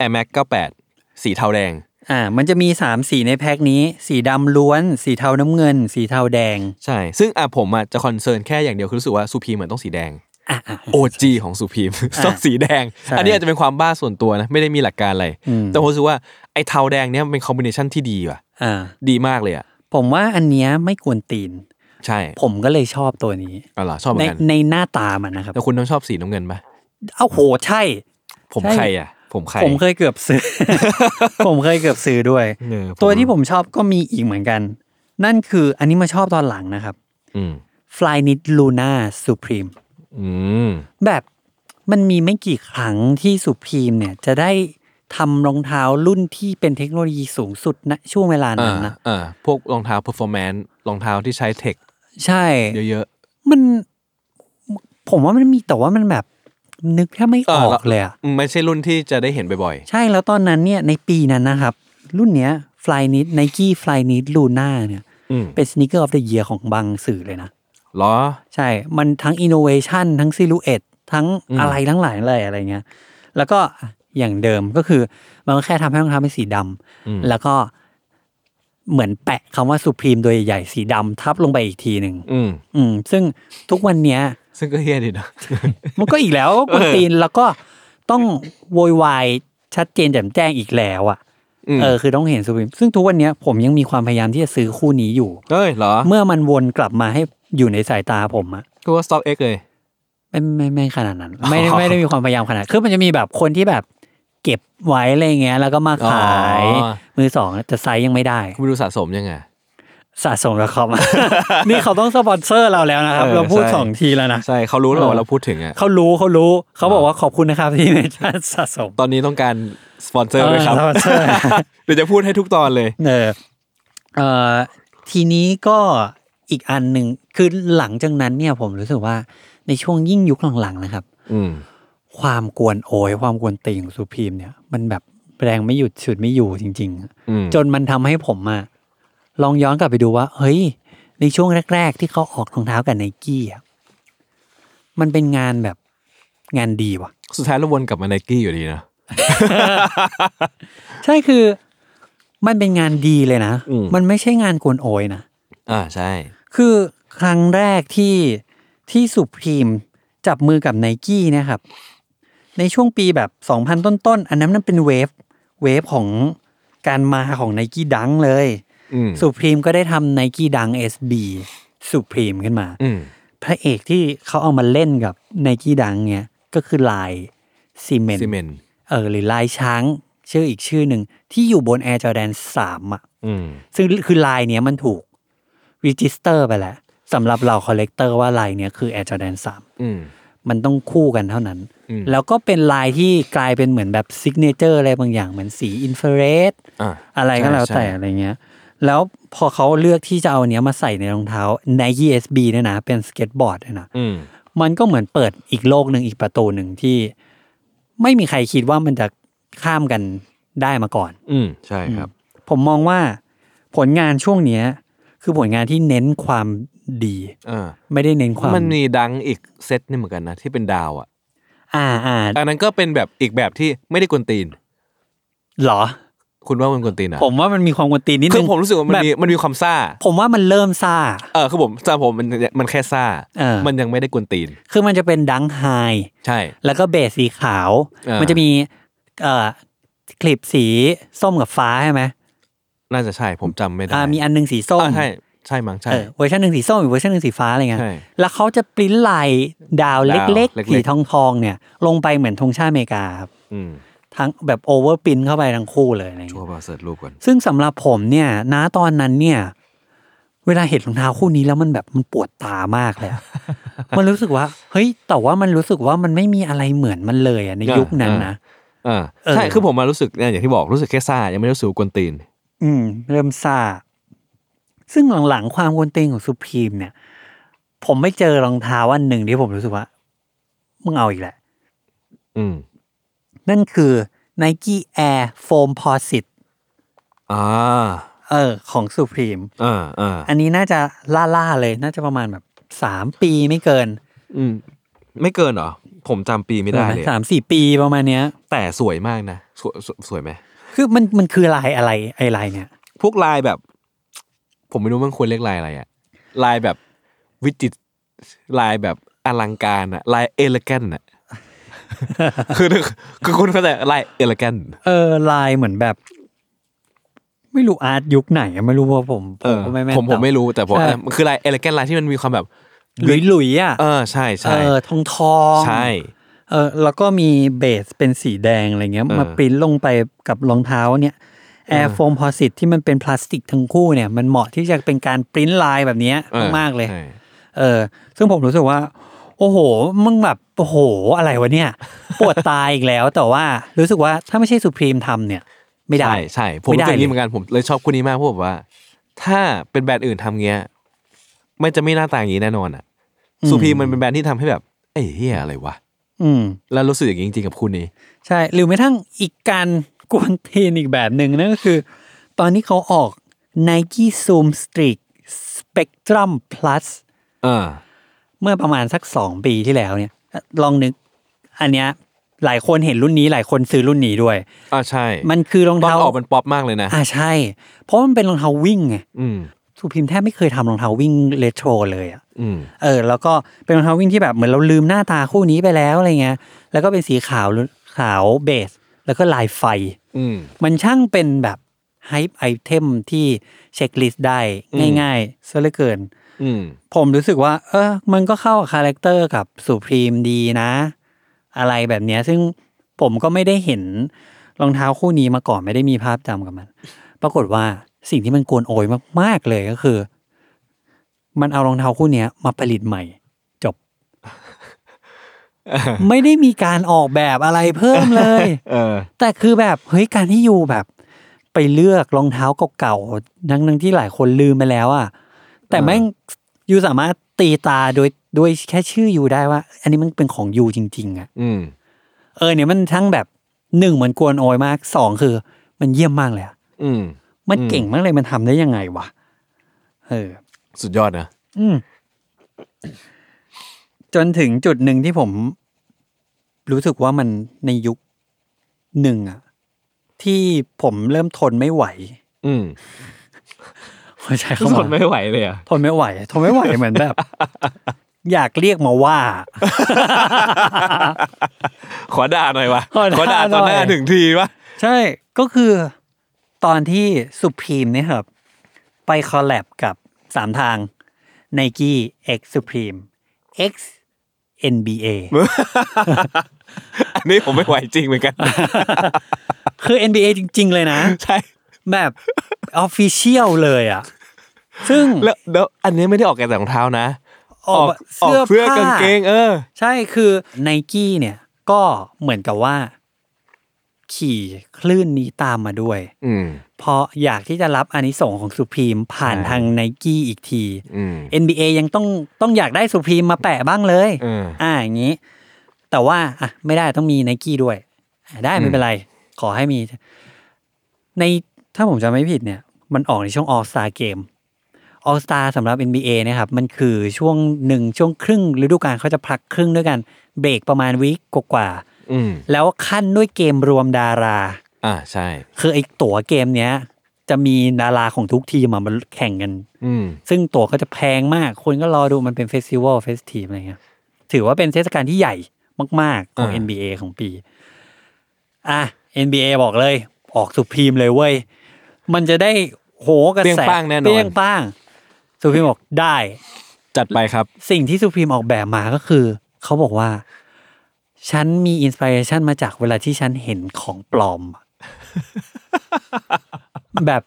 [SPEAKER 3] Air Max 98 สีเทาแดง
[SPEAKER 2] อ่า มันจะมี 3 สีในแพ็คนี้ สีดำล้วน สีเทาน้ำเงิน สีเทาแดง
[SPEAKER 3] ใช่ ซึ่งอ่ะผมอ่ะจะคอนเซิร์นแค่อย่างเดียวคือรู้สึกว่าสูพีมเหมือนต้องสีแดง OG ของสูพีม ต้องสีแดง
[SPEAKER 2] ใช่
[SPEAKER 3] อันนี้อาจจะเป็นความบ้าส่วนตัวนะ ไม่ได้มีหลักการอะไร
[SPEAKER 2] อืม
[SPEAKER 3] แต่ผมรู้สึกว่าไอ้เทาแดงเนี้ยมันเป็นคอมบิเนชันที่ดีว่ะ
[SPEAKER 2] อ่า
[SPEAKER 3] ดีมากเลยอ่ะ
[SPEAKER 2] ผมว่าอันเนี้ยไม่กวนตีน
[SPEAKER 3] ใช่
[SPEAKER 2] ผมก็เลยชอบตัวนี้
[SPEAKER 3] เอาล่ะชอบเห
[SPEAKER 2] ใน
[SPEAKER 3] มือนกัน
[SPEAKER 2] ในหน้าตามันนะครับ
[SPEAKER 3] แต่คุณต้องชอบสีน้ำเงินปะ
[SPEAKER 2] เอ้าโหใช่
[SPEAKER 3] ผม
[SPEAKER 2] ใช่
[SPEAKER 3] ใครอ่ะ ผมใคร
[SPEAKER 2] ผมเคยเกือบ ซื้อ ผมเคยเกือบซื้อด้วย
[SPEAKER 3] เออ
[SPEAKER 2] ตัวที่ผมชอบก็มีอีกเหมือนกัน นั่นคืออันนี้มาชอบตอนหลังนะครับ
[SPEAKER 3] อืม
[SPEAKER 2] Fly Knit Luna Supreme
[SPEAKER 3] อืม
[SPEAKER 2] แบบมันมีไม่กี่ครั้งที่ Supreme เนี่ยจะได้ทำรองเท้ารุ่นที่เป็นเทคโนโลยีสูงสุดณช่วงเวลานั้นนะ
[SPEAKER 3] อ่าอ่าพวกรองเท้า performance รองเท้าที่ใช้เทค
[SPEAKER 2] ใช่
[SPEAKER 3] เยอะ
[SPEAKER 2] มันผมว่ามันมีแต่ว่ามันแบบ นึกแทบไม่ออกเลยอะ
[SPEAKER 3] ๆอืมไม่ใช่รุ่นที่จะได้เห็นบ่อย
[SPEAKER 2] ใช่แล้วตอนนั้นเนี่ยในปีนั้นนะครับ รุ่นเนี้ย Fly Knit Nike Fly Knit Luna เนี่ย
[SPEAKER 3] ๆ อืม
[SPEAKER 2] เป็น Sneaker of the Year ของบางสื่อเลยนะ
[SPEAKER 3] เหรอ
[SPEAKER 2] ใช่ มันทั้งอินโนเวชันทั้งซิลูเอตทั้ง
[SPEAKER 3] อืม
[SPEAKER 2] อะไรทั้งหลายอะไรอะไรเงี้ย แล้วก็อย่างเดิมก็คือมันก็แค่ทำให้รองเท้าเป็นสีดำ
[SPEAKER 3] อืม
[SPEAKER 2] แล้วก็เหมือนแปะคำว่าสุพรีมตัวใหญ่ๆสีดำทับลงไปอีกทีหนึ่ง
[SPEAKER 3] อืม
[SPEAKER 2] อืม ซึ่งทุกวันเนี้ย
[SPEAKER 3] ซึ่งก็เฮี้ยดีนะ
[SPEAKER 2] มันก็อีก แล้วกวนตีนแล้วก็ต้องโวยวายชัดเจนแจ่มแจ้งอีกแล้วอะ่ะ
[SPEAKER 3] อืม
[SPEAKER 2] เออคือต้องเห็นสุพรีมซึ่งทุกวันเนี้ยผมยังมีความพยายามที่จะซื้อคู่นี้อยู่
[SPEAKER 3] เอ้ยเหรอ
[SPEAKER 2] เมื่อมันวนกลับมาให้อยู่ในสายตาผมอะ
[SPEAKER 3] ก็ว่า stop x เลย
[SPEAKER 2] ไม่ไม่ไม่ขนาดนั้น ไม่
[SPEAKER 3] อ๋อ
[SPEAKER 2] ไม่ได้มีความพยายามขนาดนั้นคือมันจะมีแบบคนที่แบบเก็บไว้อะไรเงี้ย แล้วก็มาขาย
[SPEAKER 3] อ๋อ
[SPEAKER 2] มือสองแต่ไซส์ยังไม่ได้
[SPEAKER 3] คุณไปดูสะสมยังไง
[SPEAKER 2] สะสมกับเขา มา นี่เขาต้องสปอนเซอร์เราแล้วนะครับ
[SPEAKER 3] เออ
[SPEAKER 2] เราพูด
[SPEAKER 3] ใช่
[SPEAKER 2] สองทีแล้วนะ
[SPEAKER 3] ใช่เขารู้แล้ว
[SPEAKER 2] เออ
[SPEAKER 3] ว่าเราพูดถึงอ่ะ
[SPEAKER 2] เขารู้เขารู้เขาบอ
[SPEAKER 3] อ๋
[SPEAKER 2] ก
[SPEAKER 3] อ
[SPEAKER 2] ว่าขอบคุณนะครับ ที่เมชันสะสม
[SPEAKER 3] ตอนนี้ต้องการสปอนเซอร์ด้วยครับ
[SPEAKER 2] สปอนเซอร์
[SPEAKER 3] เดี๋ยวจะพูดให้ทุกตอนเลย
[SPEAKER 2] เออเอ่อทีนี้ก็อีกอันหนึ่งคือหลังจากนั้นเนี่ยผมรู้สึกว่าในช่วงยิ่งยุคหลังๆนะครับ
[SPEAKER 3] อืม
[SPEAKER 2] ความกวนโอยความกวนตีนของสุพีมเนี่ย มันแบบแรงไม่หยุดฉุดไม่อยู่จริง ๆอะ
[SPEAKER 3] อืม
[SPEAKER 2] จนมันทำให้ผมอะลองย้อนกลับไปดูว่า เฮ้ย ในช่วงแรก ๆ ที่เขาออกรองเท้ากับไนกี้อะมันเป็นงานแบบงานดีว่ะ
[SPEAKER 3] สุดท้ายเราวนกลับมาไนกี้อยู่ดีนะ
[SPEAKER 2] ใช่คือ มันเป็นงานดีเลยนะ
[SPEAKER 3] อืม
[SPEAKER 2] มันไม่ใช่งานกวนโอยนะ
[SPEAKER 3] อ่าใช่
[SPEAKER 2] คือครั้งแรกที่ที่สุพีมจับมือกับไนกี้นะครับ ในช่วงปีแบบ 2,000 ต้นๆ อันนั้นนั่นเป็นเวฟเวฟของการมาของไนกี้ดังเลย
[SPEAKER 3] อืม
[SPEAKER 2] สุพีมก็ได้ทำไนกี้ดัง SB สุพีมขึ้นมา
[SPEAKER 3] อืม
[SPEAKER 2] พระเอกที่เขาเอามาเล่นกับไนกี้ดังเนี่ยก็คือลายซีเมน
[SPEAKER 3] ซีเมนต์
[SPEAKER 2] เออหรือลายช้างชื่ออีกชื่อหนึ่งที่อยู่บน Air Jordan 3 อ่ะ
[SPEAKER 3] อืม
[SPEAKER 2] ซึ่งคือลายเนี้ยมันถูกรีจิสเตอร์ไปแล้วสำหรับเราคอลเลกเตอร์ว่าลายเนี้ยคือ Air Jordan
[SPEAKER 3] อืม
[SPEAKER 2] 3 มันต้องคู่กันเท่านั้น
[SPEAKER 3] อืม
[SPEAKER 2] แล้วก็เป็นลายที่กลายเป็นเหมือนแบบซิกเนเจอร์อะไรบางอย่างเหมือนสีอินฟราเรด
[SPEAKER 3] อ่า
[SPEAKER 2] อะไรก็แล้ว
[SPEAKER 3] ใช่
[SPEAKER 2] แต่
[SPEAKER 3] ใช่
[SPEAKER 2] อะไรเงี้ย แล้วพอเขาเลือกที่จะเอาอันเนี้ยมาใส่ในรองเท้า Nike SB เนี่ยนะ เป็นสเก็ตบอร์ดเนี่ยนะ
[SPEAKER 3] อืม
[SPEAKER 2] มันก็เหมือนเปิดอีกโลกหนึ่งอีกประตูหนึ่งที่ ไม่มีใครคิดว่ามันจะข้ามกันได้มาก่อน
[SPEAKER 3] อืม ใช่ครับ
[SPEAKER 2] ผมมองว่าผลงานช่วงเนี้ย คือผลงานที่เน้นความดี
[SPEAKER 3] อ่า
[SPEAKER 2] ไม่ได้เน้นความ
[SPEAKER 3] มันมีดังอีกเซตหนึงเหมือนกันนะ ที่เป็นดาวอ่ะ
[SPEAKER 2] อ่าอ่า
[SPEAKER 3] อันนั้นก็เป็นแบบอีกแบบที่ไม่ได้กวนตีน
[SPEAKER 2] เหรอ
[SPEAKER 3] คุณว่ามันกวนตีนอ่ะ
[SPEAKER 2] ผมว่ามันมีความกวนตีนนิดนึง
[SPEAKER 3] คือผมรู้สึกว่ามันมี
[SPEAKER 2] แบบ
[SPEAKER 3] มันมีความซ่า
[SPEAKER 2] ผมว่ามันเริ่มซ่า
[SPEAKER 3] เออคือผมสำหรับผมมันมันแค่ซ่า
[SPEAKER 2] เออ
[SPEAKER 3] มันยังไม่ได้กวนตีน
[SPEAKER 2] คือมันจะเป็นดังไฮ
[SPEAKER 3] ใช่
[SPEAKER 2] แล้วก็เบสสีขาว
[SPEAKER 3] อ่ามั
[SPEAKER 2] มันจะมีเอ่อคลิปสีส้มกับฟ้าใช่ไหม
[SPEAKER 3] น่าจะใช่ ผมจำไม่ได้
[SPEAKER 2] อ่ามีอันหนึงสีส้ม
[SPEAKER 3] อ่าใช่ ใช่มั้งใช่
[SPEAKER 2] เออเวอร์ชันหนึ่งสีส้มอีกเวอร์ชันหนึ่งสีฟ้าอะไรเงี้ย
[SPEAKER 3] ใช่
[SPEAKER 2] แล้วเขาจะปริ้นลายดาว
[SPEAKER 3] ดาว
[SPEAKER 2] เล็ก
[SPEAKER 3] เล็ก
[SPEAKER 2] ๆ
[SPEAKER 3] ๆ
[SPEAKER 2] สีทองทองๆเนี่ย ลงไปเหมือนธงชาติอเมริกาครับ
[SPEAKER 3] อืม
[SPEAKER 2] ทั้งแบบโอเวอร์ปริ้นเข้าไปทั้งคู่เลยอะไร
[SPEAKER 3] ชัว
[SPEAKER 2] เงี้ย
[SPEAKER 3] ร์บาเสิร์ตรูปก่อน
[SPEAKER 2] ซึ่งสำหรับผมเนี่ยณตอนนั้นเนี่ย เวลาเห็นรองเท้าคู่นี้แล้วมันแบบมันปวดตามาก เลยอะ มันรู้สึกว่า เฮ้ยแต่ว่ามันรู้สึกว่ามันไม่มีอะไรเหมือนมันเลยอะในยุคนั้นนะ
[SPEAKER 3] อ่า
[SPEAKER 2] เออ
[SPEAKER 3] ใช่ คือผมมารู้สึกเนี่ยอย่างที่บอกรู้สึกแค่ซ่า ยังไม่ได้รู้สึกกวนตีน
[SPEAKER 2] อืม เริ่มซาซึ่งหลังๆ ความกวนตีนของสุพรีมเนี่ย ผมไม่เจอรองเท้าอันหนึ่งที่ผมรู้สึกว่า มึงเอาอีกแหละ
[SPEAKER 3] อืม
[SPEAKER 2] นั่นคือ Nike Air Foam Posit
[SPEAKER 3] อ่า
[SPEAKER 2] เออ ของสุพรีม
[SPEAKER 3] อ่าอ่า
[SPEAKER 2] อันนี้น่าจะล่าๆเลย น่าจะประมาณแบบสามปีไม่เกิน
[SPEAKER 3] อืม ไม่เกินเหรอ ผมจำปีไม่ได้เลย
[SPEAKER 2] สามสี่ปีประมาณเนี้ย
[SPEAKER 3] แต่สวยมากนะ สวยสวยสวยไหม
[SPEAKER 2] คือมันมันคือลายอะไรไอลายเนี่ย
[SPEAKER 3] พวกลายแบบ ผมไม่รู้มันควรเรียกลายอะไรอะลายแบบวิจิตรลายแบบอลังการอะลายเอลแกน อะ คือคือคุณเข้าใจลายเอลแกน
[SPEAKER 2] เออ ลายเหมือนแบบ ไม่รู้อาร์ตยุคไหนอะไม่รู้ว่าผม
[SPEAKER 3] เออ
[SPEAKER 2] ก็ไม่แม่น
[SPEAKER 3] ผมผมไม่รู้แต่ผม
[SPEAKER 2] ใช่
[SPEAKER 3] เออมันคือลายเอลแกนลายที่มันมีความแบบ
[SPEAKER 2] หลุยๆอ่ะ
[SPEAKER 3] เออใช่
[SPEAKER 2] เอ
[SPEAKER 3] ใช่
[SPEAKER 2] อทองทอง
[SPEAKER 3] ใช่
[SPEAKER 2] เออแล้วก็มีเบสเป็นสีแดงอะไรเงี้ย
[SPEAKER 3] เออ
[SPEAKER 2] มาปริ้นลงไปกับรองเท้าเนี่ยแอร์โฟมพอสิตที่มันเป็นพลาสติกทั้งคู่เนี่ย มันเหมาะที่จะเป็นการปริ้นลายแบบเนี้ย
[SPEAKER 3] ออ
[SPEAKER 2] มากๆเลย
[SPEAKER 3] ใช่
[SPEAKER 2] เออ ซึ่งผมรู้สึกว่า โอ้โห มึงแบบโอ้โหอะไรวะเนี่ย ปวดตายอีกแล้วแต่ว่ารู้สึกว่าถ้าไม่ใช่สุพรีมทำเนี่ย ไม่ได้
[SPEAKER 3] ใช่ใช่ผม
[SPEAKER 2] ไม่
[SPEAKER 3] รู้
[SPEAKER 2] ได้
[SPEAKER 3] จั
[SPEAKER 2] เล
[SPEAKER 3] ก
[SPEAKER 2] ย
[SPEAKER 3] นี้เหมือนกันผมเลยชอบคนนี้มากเพราะแบบว่า ถ้าเป็นแบรนด์อื่นทำเงี้ยมันจะไม่หน้าตาอย่างนี้แน่นอนอะสุพีมันเป็นแบรนด์ที่ทำให้แบบเอ้ยเฮียอะไรวะ
[SPEAKER 2] อืม
[SPEAKER 3] แล้วรู้สึกอย่างนี้จริงๆกับคู่นี้
[SPEAKER 2] ใช่ หรือแม้ทั้งอีกการกวนตีนอีกแบบหนึ่งนั่นก็คือ ตอนนี้เขาออก Nike Zoom Streak Spectrum Plus
[SPEAKER 3] เออ
[SPEAKER 2] เมื่อประมาณสัก 2 ปีที่แล้วเนี่ย ลองนึก อันเนี้ยหลายคนเห็นรุ่นนี้หลายคนซื้อรุ่นนี้ด้วย
[SPEAKER 3] อ่าใช่
[SPEAKER 2] มันคือรอง
[SPEAKER 3] ตอน
[SPEAKER 2] เท้า
[SPEAKER 3] ออกมันป๊อปมากเลยนะ
[SPEAKER 2] อ่าใช่ เพราะมันเป็นรองเท้าวิ่งไง
[SPEAKER 3] อืม
[SPEAKER 2] สุพิมแทบไม่เคยทำรองเท้าวิ่งเลโทรเลยอะ
[SPEAKER 3] อืม
[SPEAKER 2] เออแล้วก็เป็นรองเท้าวิ่งที่แบบเหมือนเราลืมหน้าตาคู่นี้ไปแล้วอะไรเงี้ย แล้วก็เป็นสีขาวขาวเบส แล้วก็ลายไฟ
[SPEAKER 3] อืม
[SPEAKER 2] มันช่างเป็นแบบไฮไอเทมที่เช็คลิสต์ได้
[SPEAKER 3] อืม
[SPEAKER 2] ง่ายๆซะเหลือเกิน
[SPEAKER 3] อืม
[SPEAKER 2] ผมรู้สึกว่า เออมันก็เข้ากับคาแรคเตอร์กับสุพรีมดีนะ อะไรแบบเนี้ยซึ่งผมก็ไม่ได้เห็นรองเท้าคู่นี้มาก่อนไม่ได้มีภาพจำกับมัน ปรากฏว่าสิ่งที่มันกวนโอยมากๆเลยก็คือ มันเอารองเท้าคู่เนี้ยมาผลิตใหม่ จบ ไม่ได้มีการออกแบบอะไรเพิ่มเลย
[SPEAKER 3] เออ
[SPEAKER 2] แต่คือแบบเฮ้ยการที่อยู่แบบไปเลือกรองเท้าเก่าๆทั้งทั้งๆที่หลายคนลืมไปแล้วอะแต่
[SPEAKER 3] อ่า
[SPEAKER 2] แม่งยูสามารถตีตาโดยโดยแค่ชื่อยูได้ว่า อันนี้มันเป็นของยูจริง ๆอะ
[SPEAKER 3] อืม
[SPEAKER 2] เออเนี่ยมันทั้งแบบหนึ่งเหมือนกวนโอยมากสองคือ มันเยี่ยมมากเลยอะ
[SPEAKER 3] อืม
[SPEAKER 2] มัน
[SPEAKER 3] อืม
[SPEAKER 2] เก่งมากเลยมันทำได้ยังไงวะเออ
[SPEAKER 3] สุดยอดนะ
[SPEAKER 2] อืม จนถึงจุดหนึ่งที่ผมรู้สึกว่ามันในยุคหนึ่งอะที่ผมเริ่มทนไม่ไหว
[SPEAKER 3] อืม
[SPEAKER 2] ผมใช้คำ
[SPEAKER 3] ส
[SPEAKER 2] ว่า
[SPEAKER 3] ดไม่ไหวเลยอ่ะ
[SPEAKER 2] ทนไม่ไหว ทนไม่ไหวเหมือน แบบ อยากเรียกมาว่า
[SPEAKER 3] ขอด่าหน่อยวะ
[SPEAKER 2] ขอด่า
[SPEAKER 3] ขอด่า
[SPEAKER 2] หน่อย
[SPEAKER 3] ตอนหน้าถึงทีวะ
[SPEAKER 2] ใช่ก็คือตอนที่สุพ e ีมเนี่ยครับ ไปคอลแลบกับสามทาง Nike X Supreme X NBA
[SPEAKER 3] อันนี้ผมไม่ไหวจริงเหมือนกัน
[SPEAKER 2] คือ NBA จริง ๆ เลยนะ
[SPEAKER 3] ใช่
[SPEAKER 2] แบบออฟฟิเชียลเลยอ่ะ ซึ่ง
[SPEAKER 3] แล้วแล้วอันนี้ไม่ได้ออกแก่แต่รองเท้านะ
[SPEAKER 2] ออก
[SPEAKER 3] ออกเสื้อกางเกง เออ
[SPEAKER 2] ใช่คือไนกี้เนี่ยก็เหมือนกับว่า ขี่คลื่นนี้ตามมาด้วย
[SPEAKER 3] อืม
[SPEAKER 2] เพราะอยากที่จะรับอานิสงส์ของสุพรีมผ่าน
[SPEAKER 3] ใช่
[SPEAKER 2] ทางไนกี้อีกที
[SPEAKER 3] อืม
[SPEAKER 2] NBA ยังต้องต้องอยากได้สุพรีมมาแปะบ้างเลย
[SPEAKER 3] เออ
[SPEAKER 2] อ่าอย่างนี้ แต่ว่าอ่ะไม่ได้ต้องมีไนกี้ด้วยอ่ะได้
[SPEAKER 3] อื
[SPEAKER 2] ไม่
[SPEAKER 3] ม
[SPEAKER 2] เป็นไร ขอให้มี ในถ้าผมจำไม่ผิดเนี่ย มันออกในช่วง All Star Game All Star สำหรับ NBA เนะครับ มันคือช่วงหนึ่งช่วงครึ่งฤดูกาลเขาจะพักครึ่งด้วยกันเบรกประมาณวีกกว่า
[SPEAKER 3] อืม
[SPEAKER 2] ๆแล้วขั้นด้วยเกมรวมดารา
[SPEAKER 3] อ่าใช่
[SPEAKER 2] คือไอ้ตั๋วเกมเนี้ย จะมีดาราของทุกทีมอะมันแข่งกัน
[SPEAKER 3] อืม
[SPEAKER 2] ซึ่งตั๋วก็จะแพงมาก คนก็รอดูมันเป็นเฟสติวัลเฟสทีฟอะไรเงี้ย ถือว่าเป็นเทศกาลที่ใหญ่มาก ๆ ของ
[SPEAKER 3] อ่า
[SPEAKER 2] NBA ของปี อ่ะ NBA บอกเลย ออกสุพรีมเลยเว้ย มันจะได้โหกระ
[SPEAKER 3] เปรี้
[SPEAKER 2] แส
[SPEAKER 3] ยงป้างแน่นอน
[SPEAKER 2] เปรี้ยงป้าง สุพรีมบอกได้
[SPEAKER 3] จัดไปครับ
[SPEAKER 2] สิ่งที่สุพรีมออกแบบมาก็คือ เขาบอกว่า ฉันมีอินสปิเรชันมาจากเวลาที่ฉันเห็นของปลอม แบบ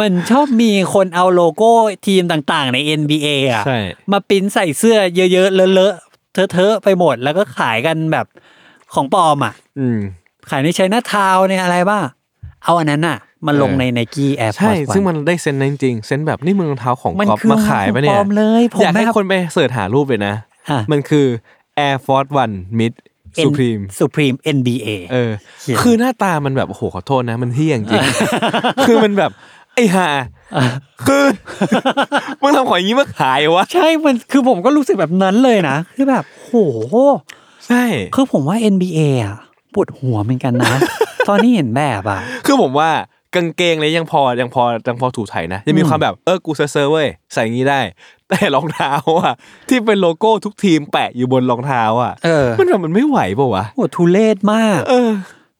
[SPEAKER 2] มันชอบมีคนเอาโลโก้ทีมต่างๆ ใน NBA อ่ะ
[SPEAKER 3] ใช่
[SPEAKER 2] มาปริ้นใส่เสื้อเยอะๆ เลอะๆ เทอะๆ ไปหมด แล้วก็ขายกันแบบของปลอมอ่ะ
[SPEAKER 3] อืม
[SPEAKER 2] ขายในใช้หน้าทาวน์ในอะไรบ้างเอาอันนั้นอ่ะ มาลง
[SPEAKER 3] เออ
[SPEAKER 2] ในไนกี้แอร์พอ
[SPEAKER 3] ใช่
[SPEAKER 2] ร์ต
[SPEAKER 3] ซึ่งมันได้เซนส์นั้นจริงๆเซนส์แบบนี่มึงรองเท้าของ
[SPEAKER 2] มัน
[SPEAKER 3] ก๊อฟ
[SPEAKER 2] คือ
[SPEAKER 3] มาขายปะเนี่
[SPEAKER 2] ป
[SPEAKER 3] ย
[SPEAKER 2] ลอมเลยผม
[SPEAKER 3] อยากให้
[SPEAKER 2] แบบ
[SPEAKER 3] คนไปเสิร์ชหารูปเลยนะ
[SPEAKER 2] อ่ะ
[SPEAKER 3] มันคือ Air Force One Mid Supreme
[SPEAKER 2] Supreme NBA
[SPEAKER 3] เออ
[SPEAKER 2] เขียน
[SPEAKER 3] คือหน้าตามันแบบโอ้โหขอโทษนะ มันเที่ยงจริง คือมันแบบไอ้ห่าคือ มึงทำของอย่างนี้มาขายวะ
[SPEAKER 2] ใช่ มันคือผมก็รู้สึกแบบนั้นเลยนะ คือแบบโห
[SPEAKER 3] ใช่
[SPEAKER 2] คือผมว่า NBA อ่ะปวดหัวเหมือนกันนะ ตอนนี้เห็นแบบอ่ะ
[SPEAKER 3] คือผมว่ากางเกงเลยยังพอยังพอยังพอถูไถนะ ยังมีความแบบเออกูเซอร์ๆเว้ยใส่อย่างนี้ได้ แต่รองเท้าอ่ะ ที่เป็นโลโก้ทุกทีมแปะอยู่บนรองเท้าอ่ะ
[SPEAKER 2] เออ
[SPEAKER 3] มันแบบมันไม่ไหวเปล่าวะ
[SPEAKER 2] โหทุเลศมาก
[SPEAKER 3] เออ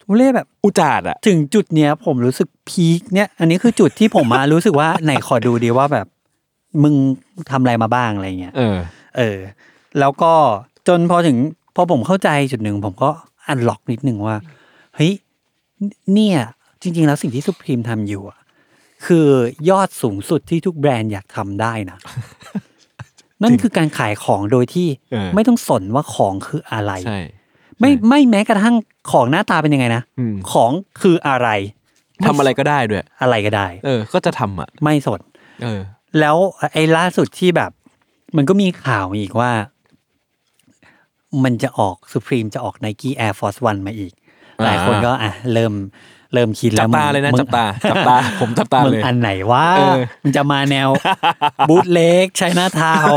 [SPEAKER 2] ทุเลศแบบ
[SPEAKER 3] อุจาดอ่ะ
[SPEAKER 2] ถึงจุดเนี้ยผมรู้สึกพีคเนี่ย อันนี้คือจุดที่ผมมา รู้สึกว่า ไหนขอดูดีว่าแบบ มึงทำอะไรมาบ้างอะไรเงี้ย
[SPEAKER 3] เออ
[SPEAKER 2] เออ แล้วก็จนพอถึง พอผมเข้าใจจุดหนึ่ง ผมก็อันล็อกนิดหนึ่งว่า เฮ้ยเนี่ย จริง ๆ แล้วสิ่งที่สุพรีมทำอยู่อะคือยอดสูงสุดที่ทุกแบรนด์อยากทำได้นะ นั่นคือการขายของโดยที่
[SPEAKER 3] เออ
[SPEAKER 2] ไม่ต้องสนว่าของคืออะไร
[SPEAKER 3] ใช่
[SPEAKER 2] ไม่ไม่แม้กระทั่งของหน้าตาเป็นยังไงนะ
[SPEAKER 3] อืม
[SPEAKER 2] ของคืออะไร
[SPEAKER 3] ทำอะไรก็ได้ด้วย
[SPEAKER 2] อะไรก็ได้
[SPEAKER 3] เออ ก็จะทำอ่ะ
[SPEAKER 2] ไม่สน
[SPEAKER 3] เออ
[SPEAKER 2] แล้วไอ้ล่าสุดที่แบบ มันก็มีข่าวอีกว่า มันจะออกสุพรีมจะออก n i กี้ Air Force One มาอีก
[SPEAKER 3] อ่า
[SPEAKER 2] หลายคนก็อ่ะเริ่มเริ่มคิด
[SPEAKER 3] จั
[SPEAKER 2] แล้
[SPEAKER 3] บ
[SPEAKER 2] วมึง
[SPEAKER 3] ตาเลยนะ
[SPEAKER 2] มึง
[SPEAKER 3] จับตาจับตา ผมจับตา
[SPEAKER 2] มึง
[SPEAKER 3] เลย
[SPEAKER 2] อันไหนว่า
[SPEAKER 3] เออ
[SPEAKER 2] มันจะมาแนว บูทเล็กใช้หน้าทาว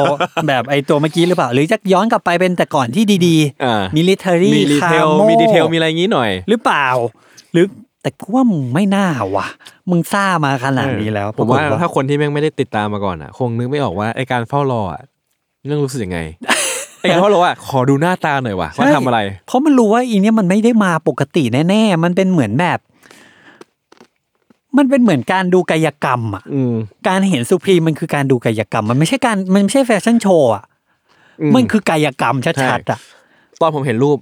[SPEAKER 2] แบบไอ้ตัวเมื่อกี้หรือเปล่า หรือจะย้อนกลับไปเป็นแต่ก่อนที่ดี
[SPEAKER 3] อ่า
[SPEAKER 2] ๆ
[SPEAKER 3] มี
[SPEAKER 2] มิลิเทอรี่
[SPEAKER 3] มีดี
[SPEAKER 2] คา
[SPEAKER 3] เทล
[SPEAKER 2] โม
[SPEAKER 3] มีดีเทลมีอะไรงี้หน่อย
[SPEAKER 2] หรือเปล่า หรือแต่กูว่ามึงไม่น่าว่ะ มึงซ่ามาขนาดนี้แล้ว
[SPEAKER 3] ผมว่า
[SPEAKER 2] ปรกฏ
[SPEAKER 3] ถ้าคนที่แม่งไม่ได้ติดตามมาก่อนอ่ะ คงนึกไม่ออกว่าไอการเฝ้ารออ่ะเรื่องรู้สึก ยังไง ไอการเฝ้ารออ่ะขอดูหน้าตาหน่อยว่ะว่า
[SPEAKER 2] ใช่
[SPEAKER 3] ทำอะไร
[SPEAKER 2] เพราะมันรู้ว่าอีเนี่ยมันไม่ได้มาปกติแน่ๆ มันเป็นเหมือนแบบ มันเป็นเหมือนการดูกายกรรมอ่ะ
[SPEAKER 3] อืม
[SPEAKER 2] การเห็นสุพรีมมันคือการดูกายกรรม มันไม่ใช่การมันไม่ใช่แฟชั่นโชว์อ่ะ
[SPEAKER 3] อื
[SPEAKER 2] มันคือกายกรรมชัดๆอ่ะ
[SPEAKER 3] ตอนผมเห็นรูป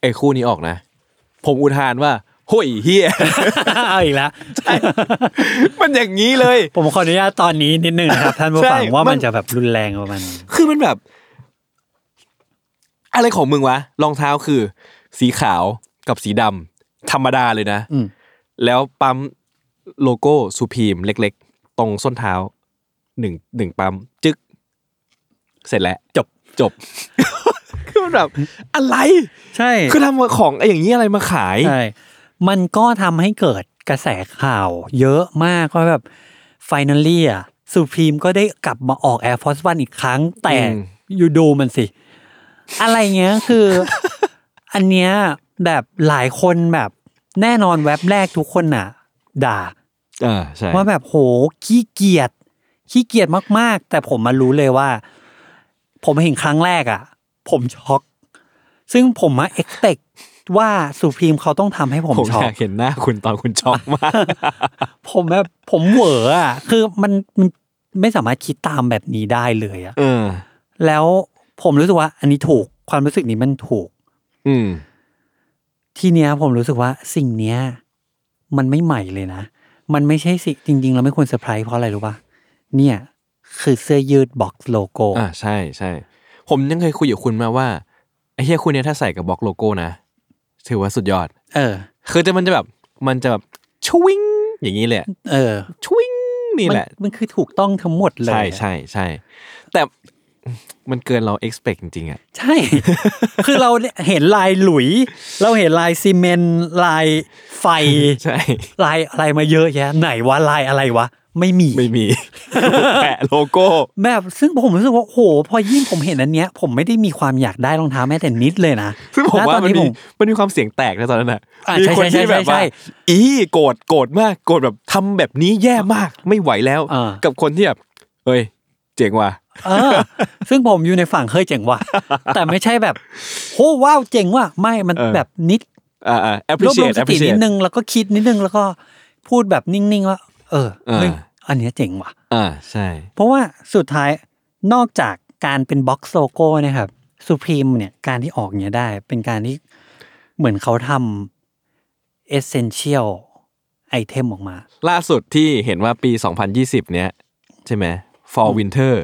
[SPEAKER 3] ไอ้คู่นี้ออกนะ ผมอุทานว่าโห้ยเฮีย
[SPEAKER 2] เอาอีกแล้ว
[SPEAKER 3] มันอย่างนี้เลย
[SPEAKER 2] ผมขออนุญาตตอนนี้นิดนึงนะครับ ท่านผู้ฟัง
[SPEAKER 3] ใช่
[SPEAKER 2] ว่ามัน
[SPEAKER 3] มัน
[SPEAKER 2] จะแบบรุนแรงประมาณนี้
[SPEAKER 3] คือมันแบบ อะไรของมึงวะรองเท้าคือ สีขาวกับสีดำธรรมดาเลยนะ
[SPEAKER 2] อืม
[SPEAKER 3] แล้วปั๊มโลโก้สุพีมเล็ก ๆ ตรงส้นเท้าหนึ่งหนึ่งปั๊ม จึ๊ก เสร็จแล้ว จบจ บ คือมันแบบ อะไร
[SPEAKER 2] ใช่
[SPEAKER 3] คือทำของไอ้อย่างนี้อะไรมาขาย
[SPEAKER 2] ใช่ มันก็ทำให้เกิดกระแสข่าวเยอะมากว่าแบบ finally อ่ะสุพรีมก็ได้กลับมาออก Air Force One อีกครั้ง แต่
[SPEAKER 3] อืม
[SPEAKER 2] อยู่ดูมันสิ อะไรเงี้ยคือ อันเนี้ยแบบหลายคนแบบแน่นอนแว็บแรกทุกคนน่ะ ด่า
[SPEAKER 3] อ่าใช่
[SPEAKER 2] ว่าแบบโหขี้เกียจขี้เกียจมากๆ แต่ผมมารู้เลยว่า ผมเห็นครั้งแรกอ่ะ ผมช็อก ซึ่งผมมาเอ็กเตกว่าสุพรีมเขาต้องทำให้ผม
[SPEAKER 3] ผม
[SPEAKER 2] ช็อ
[SPEAKER 3] อก ยากเห็นหน้าคุณตอนคุณช็อกมาก
[SPEAKER 2] ผมแบบผมเหวออ่ะ คือมันมันไม่สามารถคิดตามแบบนี้ได้เลยอ่ะ
[SPEAKER 3] เออ
[SPEAKER 2] แล้วผมรู้สึกว่า อันนี้ถูกความรู้สึกนี้มันถูก
[SPEAKER 3] อืม
[SPEAKER 2] ทีเนี้ยผมรู้สึกว่าสิ่งเนี้ยมันไม่ใหม่เลยนะ มันไม่ใช่สิงจริงๆ เราไม่ควรเซอร์ไพรส์เพราะอะไรรู้ป่ะเนี่ย คือเสื้อยืดบ็อกซ์โลโก้
[SPEAKER 3] อ่าใช่ใช่ผมยังเคยคุยกับคุณมาว่าไอ้เฮียคุณเนี่ยถ้าใส่กับบล็อกโลโก้นะถือว่าสุดยอด
[SPEAKER 2] เออ
[SPEAKER 3] คือจะมันจะแบบมันจะแบบชวิงอย่างนี้เลยอะ
[SPEAKER 2] เออ
[SPEAKER 3] ชวิงนี่
[SPEAKER 2] มั
[SPEAKER 3] แหละ
[SPEAKER 2] มันคือถูกต้องทั้งหมดเลย
[SPEAKER 3] ใช่ใช่ใช่แต่มันเกินเรา expect จริงๆอ่ะ
[SPEAKER 2] ใช่ คือเราเห็นลายหลุย เราเห็นลายซีเมนต์ลายไฟ
[SPEAKER 3] ใช่
[SPEAKER 2] ลายอะไรมาเยอะแยะไหนวะลายอะไรวะ ไม่มี
[SPEAKER 3] ไม่ มี แปะโลโก้
[SPEAKER 2] แบบซึ่งผมรู้สึกว่าโห พอยิ่งผมเห็นอันเนี้ย ผมไม่ได้มีความอยากได้รองเท้าแม้แต่นิดเลยนะ
[SPEAKER 3] ซึ่งผม
[SPEAKER 2] ณ
[SPEAKER 3] ว่า
[SPEAKER 2] ตอน
[SPEAKER 3] มัน
[SPEAKER 2] นี้ผ
[SPEAKER 3] มี
[SPEAKER 2] ม
[SPEAKER 3] มันมีความเสียงแตกในะตอนนั้นอ่ะ
[SPEAKER 2] อ่ะ
[SPEAKER 3] มี
[SPEAKER 2] ใช่
[SPEAKER 3] คน
[SPEAKER 2] ใช่
[SPEAKER 3] ที่
[SPEAKER 2] ใช่
[SPEAKER 3] แบบ
[SPEAKER 2] ใช่
[SPEAKER 3] ว่า อีโกรธโกรธมากโกรธแบบทำแบบนี้แย่มากไม่ไหวแล้ว
[SPEAKER 2] อ่ากั
[SPEAKER 3] กับคนที่แบบเอ้ย เจ๋งว่ะ
[SPEAKER 2] เออ ซึ่งผมอยู่ในฝั่งเคยเจ๋งว่ะ แต่ไม่ใช่แบบโหว้าวเจ๋งว่ะไม่มัน
[SPEAKER 3] เออ
[SPEAKER 2] แบบนิด
[SPEAKER 3] อ่าอ่าร
[SPEAKER 2] วบรวม
[SPEAKER 3] appreciate
[SPEAKER 2] สตินิ
[SPEAKER 3] appreciate
[SPEAKER 2] ดนึงแล้วก็คิดนิดนึงแล้วก็พูดแบบนิ่งๆว่า เออ
[SPEAKER 3] เออ
[SPEAKER 2] เฮ้ยอันเนี้ยเจ๋งว่ะ
[SPEAKER 3] อ่าใช่
[SPEAKER 2] เพราะว่าสุดท้ายนอกจากการเป็นบ็อกซ์โลโก้นะครับสุพรีมเนี่ยการที่ออกเนี่ยได้ เป็นการที่เหมือนเขาทำเอเซนเชียลไอเทมออกมา
[SPEAKER 3] ล่าสุดที่เห็นว่าปี 2020 เนี้ยใช่ไหม Fall Winter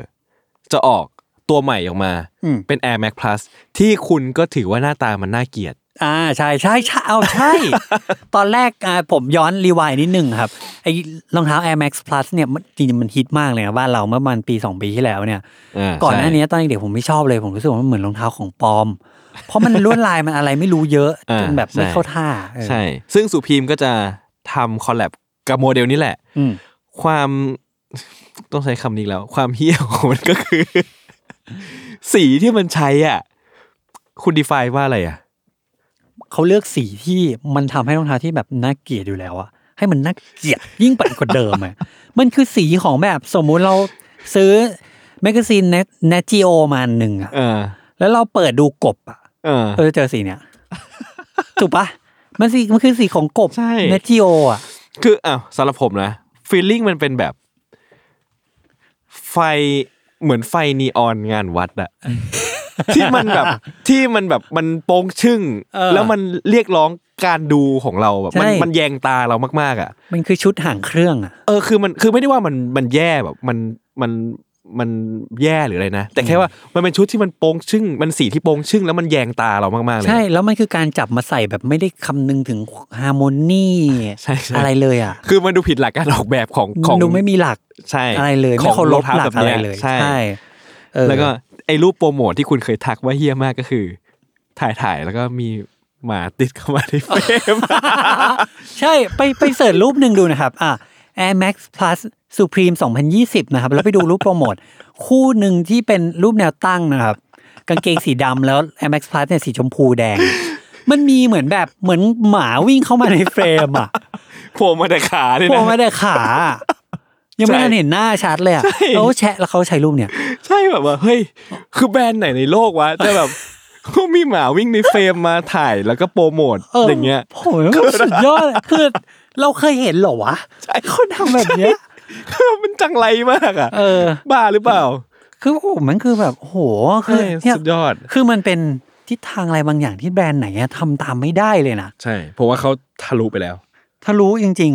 [SPEAKER 3] จะออกตัวใหม่ออกมา
[SPEAKER 2] อืม
[SPEAKER 3] เป็น Air Max Plus ที่คุณก็ถือว่าหน้าตามันน่าเกลียด
[SPEAKER 2] อ่าใช่ใช่ใช่เอาใช่ ตอนแรกอ่าผมย้อนรีไวายนิดนึงครับไอรองเท้า Air Max Plus เนี่ยมันจริงๆมันฮิตมากเลยนะบ้านเราเมื่อประมันปี 2 ปีที่แล้วเนี่ย
[SPEAKER 3] อ่า
[SPEAKER 2] ก่อนห
[SPEAKER 3] ใช่
[SPEAKER 2] น้านี้ตอนเด็กๆผมไม่ชอบเลยผมรู้สึกว่ามันเหมือนรองเท้าของปลอม เพราะมันลวดลายมันอะไรไม่รู้เยอะจนแบบไม่เข้าท่าเออ
[SPEAKER 3] ใช่ ซึ่งสุพีมก็จะทำคอลแลบกับโมเดลนี้แหละ
[SPEAKER 2] อืม
[SPEAKER 3] ความต้องใช้คำนี้อีกแล้ว ความเหี้ยของมันก็คือ สีที่มันใช้อ่ะ คุณดีไฟว่าอะไรอ่ะ
[SPEAKER 2] เขาเลือกสีที่มันทำให้รองเท้าที่แบบน่าเกลียดอยู่แล้วอะให้มันน่าเกลียด ยิ่งไปกว่าเดิมอะ มันคือสีของแบบสมมุติเราซื้อแมกกาซีนเนจิโอมาอันหนึ่งอะ
[SPEAKER 3] เออ
[SPEAKER 2] แล้วเราเปิดดูกบอะ
[SPEAKER 3] เออ
[SPEAKER 2] เราจะเจอสีเนี้ยถูกปะมันสีมันคือสีของกบ
[SPEAKER 3] ใช่
[SPEAKER 2] เนจิโออะ
[SPEAKER 3] คืออ้าวสำหรับผมนะฟีลลิ่งมันเป็นแบบ ไฟเหมือนไฟนีออนงานวัด อะ ที่มันแบบที่มันแบบมันโป้งชึ่ง แล้วมันเรียกร้องการดูของเราแบบมันมันแยงตาเรามากๆอ่ะ
[SPEAKER 2] มันคือชุดห่างเครื่องอะ
[SPEAKER 3] เออคือมันคือไม่ได้ว่ามันมันแย่แบบ มันมันมันแย่หรืออะไรนะ แต่แค่ว่ามันเป็นชุดที่มันโป้งชึ่ง มันสีที่โป้งชึ่ง แล้วมันแยงตาเรามากๆเลย
[SPEAKER 2] ใช่แล้วมันคือการจับมาใส่แบบไม่ได้คำนึงถึงฮาร์โมนี
[SPEAKER 3] ใช่ใช่
[SPEAKER 2] อะไรเลยอะ
[SPEAKER 3] คือมันดูผิดหลักการออกแบบของของ
[SPEAKER 2] มันดูไม่มีหลัก
[SPEAKER 3] ใช่
[SPEAKER 2] อะไรเลย
[SPEAKER 3] ข
[SPEAKER 2] ไม่
[SPEAKER 3] อง
[SPEAKER 2] เคาร
[SPEAKER 3] รอ
[SPEAKER 2] พ
[SPEAKER 3] งเท้า
[SPEAKER 2] หลั
[SPEAKER 3] แบ
[SPEAKER 2] ก
[SPEAKER 3] บ
[SPEAKER 2] อะไร
[SPEAKER 3] เนี้ย
[SPEAKER 2] เลย
[SPEAKER 3] ใช่
[SPEAKER 2] เออ
[SPEAKER 3] แล้วก็ไอ้รูปโปรโมทที่คุณเคยทักว่าเฮี้ยมากก็คือ ถ่ายถ่ายๆแล้วก็มีหมาติดเข้ามาในเฟรม
[SPEAKER 2] ใช่ไปไปเสิร์ชรูปหนึ่งดูนะครับ อ่ะ Air Max Plus Supreme 2020 นะครับ แล้วไปดูรูปโปรโมท คู่หนึ่งที่เป็นรูปแนวตั้งนะครับ กางเกงสีดำแล้ว Air Max Plus เนี่ยสีชมพูแดง มันมีเหมือนแบบเหมือนหมาวิ่งเข้ามาในเฟรมอ่ะ
[SPEAKER 3] โผล่มาแต่ขาเนี่ย
[SPEAKER 2] โผล่
[SPEAKER 3] นะ
[SPEAKER 2] มาแต่ขา ยังไม่ทันเห็นหน้าชัดเลยอ่ะ
[SPEAKER 3] ใช่
[SPEAKER 2] แล้วแชะแล้วเขาใช้รูปเนี่ย
[SPEAKER 3] ใช่แบบว่าเฮ้ย คือแบรนด์ไหนในโลกวะแต่แบบ ก็มีหมาวิ่งในเฟรมมาถ่ายแล้วก็โปรโมท
[SPEAKER 2] เออ
[SPEAKER 3] อ
[SPEAKER 2] อย่าง
[SPEAKER 3] เงี้ย
[SPEAKER 2] ผมว่าสุดยอดอะคือเราเคยเห็นเหรอวะ
[SPEAKER 3] ใช่
[SPEAKER 2] เขาทำแบบเนี้ย
[SPEAKER 3] มันจังไรมากอ่ะ
[SPEAKER 2] เออ
[SPEAKER 3] บ้าหรือเปล่า
[SPEAKER 2] คือโอ้โหมันคือแบบโอ้โหคือ
[SPEAKER 3] ใช่
[SPEAKER 2] เนี่ย
[SPEAKER 3] สุดยอด
[SPEAKER 2] คือมันเป็นทิศทางอะไรบางอย่างที่แบรนด์ไหนอะทำตามไม่ได้เลยนะ
[SPEAKER 3] ใช่เพราะว่าเขาทะลุไปแล้ว
[SPEAKER 2] ถ้ารู้จริง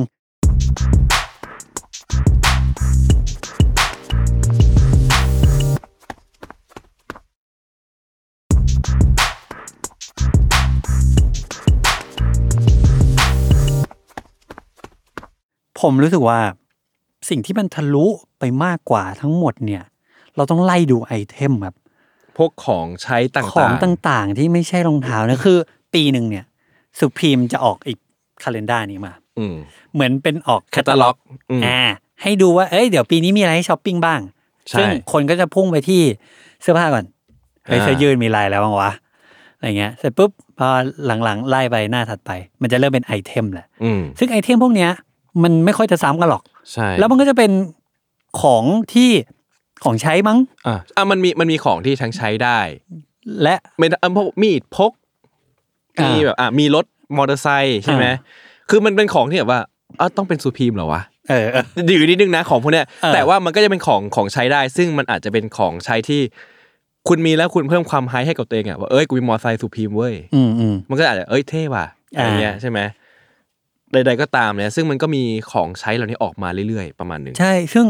[SPEAKER 2] ๆ ผมรู้สึกว่า สิ่งที่มันทะลุไปมากกว่าทั้งหมดเนี่ย เราต้องไล่ดูไอเทมครับ
[SPEAKER 3] พวกของใช้ต่างๆ
[SPEAKER 2] ของต่างๆ ที่ไม่ใช่รองเท้านะคือ ปีหนึ่งเนี่ยสุพรีมจะออกอีกคาล endar นี้มา
[SPEAKER 3] อืม
[SPEAKER 2] เหมือนเป็นออก
[SPEAKER 3] แคตตาล็อกอืม
[SPEAKER 2] อ่าให้ดูว่าเอ้ยเดี๋ยวปีนี้มีอะไรให้ช้อปปิ้งบ้าง
[SPEAKER 3] ใช่
[SPEAKER 2] ซึ่งคนก็จะพุ่งไปที่เสื้อผ้าก่อนเฮ้ย
[SPEAKER 3] อ่า
[SPEAKER 2] เสื้อยืดมีลายแล้วบ้างวะอะไรเงี้ยเสร็จปุ๊บพอหลังๆ ไล่ไปหน้าถัดไป มันจะเริ่มเป็นไอเทมแหละ
[SPEAKER 3] อืม
[SPEAKER 2] ซึ่งไอเทมพวกเนี้ยมันไม่ค่อยจะซ้ำกันหรอก
[SPEAKER 3] ใช่
[SPEAKER 2] แล้วมันก็จะเป็นของที่ของใช้มั้ง
[SPEAKER 3] อ่ะอ่ะมันมีมันมีของที่ทั้งใช้ได้
[SPEAKER 2] และ
[SPEAKER 3] ไม่ได้อ่ะพวกมีดพก
[SPEAKER 2] อ่ามี
[SPEAKER 3] มีแบบอ่ะมีรถมอเตอร์ไซค์ใช่ไหมคือมันเป็นของที่แบบว่าอ้าวต้องเป็นซูพีมเหรอวะ
[SPEAKER 2] เออ
[SPEAKER 3] ดีอยู่นิดนึงนะของพวกเนี้ย
[SPEAKER 2] เออ
[SPEAKER 3] แต่ว่ามันก็จะเป็นของของใช้ได้ ซึ่งมันอาจจะเป็นของใช้ที่ คุณมีแล้วคุณเพิ่มความไฮให้กับตัวเองอ่ะว่าเอ้ยกูมีมอเตอร์ไซค์ซูพีมเว้ย
[SPEAKER 2] อืมอืม
[SPEAKER 3] มันก็อาจจะเอ้ยเท่ว่ะอะไรเงี้ย
[SPEAKER 2] อ่า
[SPEAKER 3] ใช่ไหมใดๆก็ตามเนี่ยซึ่งมันก็มีของใช้เหล่านี้ออกมาเรื่อยๆ ประมาณหนึ่ง
[SPEAKER 2] ใช่ ซึ่ง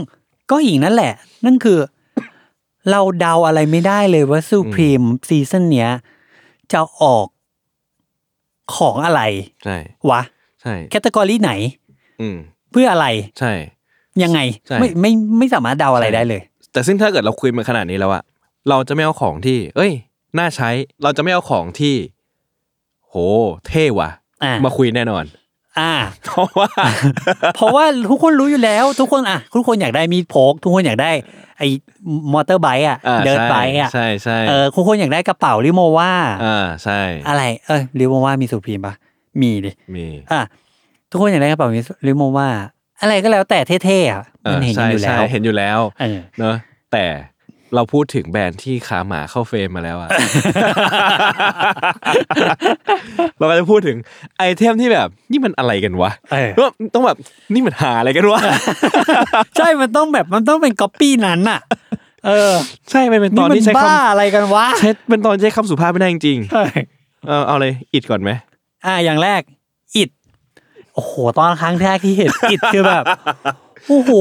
[SPEAKER 2] ก็อีกนั่นแหละ นั่นคือ เราเดาอะไรไม่ได้เลยว่าซูพรีมซีซั่นเนี้ย จะออกของอะไร
[SPEAKER 3] ใช่
[SPEAKER 2] วะ
[SPEAKER 3] ใช่
[SPEAKER 2] แคตตากรีไหน
[SPEAKER 3] อืม
[SPEAKER 2] เพื่ออะไร
[SPEAKER 3] ใช่
[SPEAKER 2] ยังไง
[SPEAKER 3] ใช่
[SPEAKER 2] ไม่ไม่ไม่สามารถเดาอะไรได้เลย
[SPEAKER 3] แต่ซึ่งถ้าเกิดเราคุยมาขนาดนี้แล้วอะเราจะไม่เอาของที่ เอ้ย น่าใช้ เราจะไม่เอาของที่ โห เท่ว่ะ
[SPEAKER 2] อ่าม
[SPEAKER 3] มาคุยแน่นอน
[SPEAKER 2] อ่า
[SPEAKER 3] เพราะว่า
[SPEAKER 2] เพราะว่าทุกคนรู้อยู่แล้ว ทุกคนอ่ะ ทุกคนอยากได้มีดโพกทุกคนอยากได้ ไอ้มอเตอร์ไบค์อ่ะ
[SPEAKER 3] อ่า
[SPEAKER 2] เดิน
[SPEAKER 3] ใช่
[SPEAKER 2] ไบค์อ่ะ
[SPEAKER 3] ใช่ใช่
[SPEAKER 2] เออทุกคนอยากได้กระเป๋าริโมว่า
[SPEAKER 3] อ่าใช่
[SPEAKER 2] อะไร เออริโมว่ามีสุพรีมปะมีดิ
[SPEAKER 3] มี
[SPEAKER 2] อ่ะทุกคนอยากได้กระเป๋าริโมว่าอะไรก็แล้วแต่เท่ๆอ่ะ
[SPEAKER 3] เอ
[SPEAKER 2] มัน
[SPEAKER 3] อ
[SPEAKER 2] เห็นกั
[SPEAKER 3] ใช่
[SPEAKER 2] นอยู่แล้
[SPEAKER 3] ใช่
[SPEAKER 2] ว
[SPEAKER 3] เห็นอยู่แล้ว
[SPEAKER 2] เออ
[SPEAKER 3] เนอะแต่เราพูดถึงแบรนด์ที่ขาหมาเข้าเฟรมมาแล้วอะ เราก็จะพูดถึงไอเทมที่แบบ นี่มันอะไรกันวะ
[SPEAKER 2] เออ
[SPEAKER 3] ว่าต้องแบบนี่มันหาอะไรกันวะ
[SPEAKER 2] ใช่มันต้องแบบมันต้องเป็นก๊อปปี้นั้นอ่ะ เออ
[SPEAKER 3] ใช่มันเป็นต
[SPEAKER 2] นี่
[SPEAKER 3] อน
[SPEAKER 2] มัน
[SPEAKER 3] ที่ใช้
[SPEAKER 2] บ้า
[SPEAKER 3] คำ
[SPEAKER 2] อะไรกันวะ
[SPEAKER 3] ใช้เป็นตอนใช้คำสุภาพไม่ได้จริง
[SPEAKER 2] ใช่
[SPEAKER 3] ๆเออเอาเลยอิดก่อนไหม
[SPEAKER 2] อ่ะอย่างแรกอิดโอ้โหตอนครั้งแรกที่เห็นอิดคือแบบโอ้โห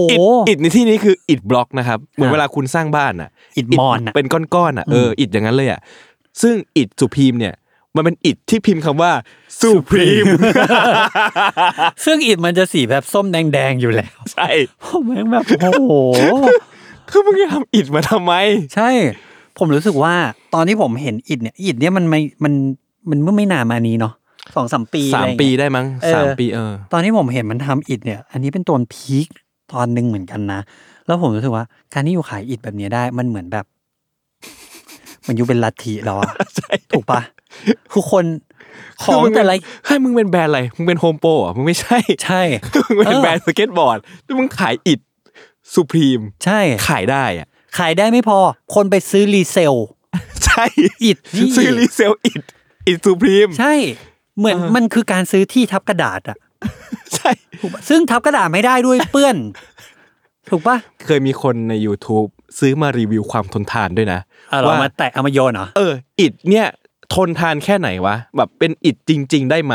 [SPEAKER 3] อิฐอิฐในที่นี้คืออิฐบล็อกนะครับ เหมือนเวลาคุณสร้างบ้านอ่ะ
[SPEAKER 2] อิฐมอนอะ
[SPEAKER 3] เป็นก้อนๆอ่ะเออออิฐอย่างนั้นเลยอ่ะซึ่งอิฐสุพรีมเนี่ย มันเป็นอิฐที่พิมพ์คำว่าสุพรี ม
[SPEAKER 2] ซึ่งอิฐมันจะสีแบบส้มแดงๆอยู่แล้ว
[SPEAKER 3] ใช่
[SPEAKER 2] ผมแม่งแบบโอ้โห
[SPEAKER 3] คือมึงจะทำอิฐมาทำไม
[SPEAKER 2] ใช่ ผมรู้สึกว่าตอนที่ผมเห็นอิฐเนี่ยอิฐเนี่ยมันไม่มันมันเมื่อไม่นานมานี้เนาะสองสามปี
[SPEAKER 3] สา
[SPEAKER 2] อะ
[SPEAKER 3] ม
[SPEAKER 2] ไรเงี้ย
[SPEAKER 3] ปีได้มั้ง
[SPEAKER 2] เออ
[SPEAKER 3] สามปีเออ
[SPEAKER 2] ตอนที่ผมเห็นมันทำอิฐเนี่ย อันนี้เป็นตัวพีคตอนหนึ่งเหมือนกันนะ แล้วผมรู้สึกว่า การที่อยู่ขายอิฐแบบเนี้ยได้มันเหมือนแบบ มันอยู่เป็นลัทธิแล้วอะถูกปะคือคนข
[SPEAKER 3] คือ
[SPEAKER 2] อง
[SPEAKER 3] มึงเป็น
[SPEAKER 2] แต่ละ
[SPEAKER 3] เฮ้ยมึงเป็นแบรนด์อะไรมึงเป็นโฮมโปรอ่ะมึงไม่ใช่
[SPEAKER 2] ใช่
[SPEAKER 3] มึงเป็น
[SPEAKER 2] เออ
[SPEAKER 3] แบรนด์สเก็ตบอร์ดแล้วมึงขายอิฐสุพรีม
[SPEAKER 2] ใช่
[SPEAKER 3] ขายได้อ่ะ
[SPEAKER 2] ขายได้ไม่พอ คนไปซื้อรีเซล
[SPEAKER 3] ใช่
[SPEAKER 2] อิฐนี่
[SPEAKER 3] ซื้อรีเซลอิฐอิฐสุพรีม
[SPEAKER 2] ใช่ เหมือนมันคือการซื้อที่ทับกระดาษอะ
[SPEAKER 3] ใช่
[SPEAKER 2] ถูกปะซึ่งทับกระดาษไม่ได้ด้วยเปื้ อน ถูกปะ
[SPEAKER 3] เคยมีคนใน YouTube ซื้อมารีวิวความทนทานด้วยนะ
[SPEAKER 2] เอาเหรามาแตะเอามาโยนเหรอ
[SPEAKER 3] เออ อิดเนี่ย ทนทานแค่ไหนวะ แบบเป็นอิดจริง ๆ ได้ไหม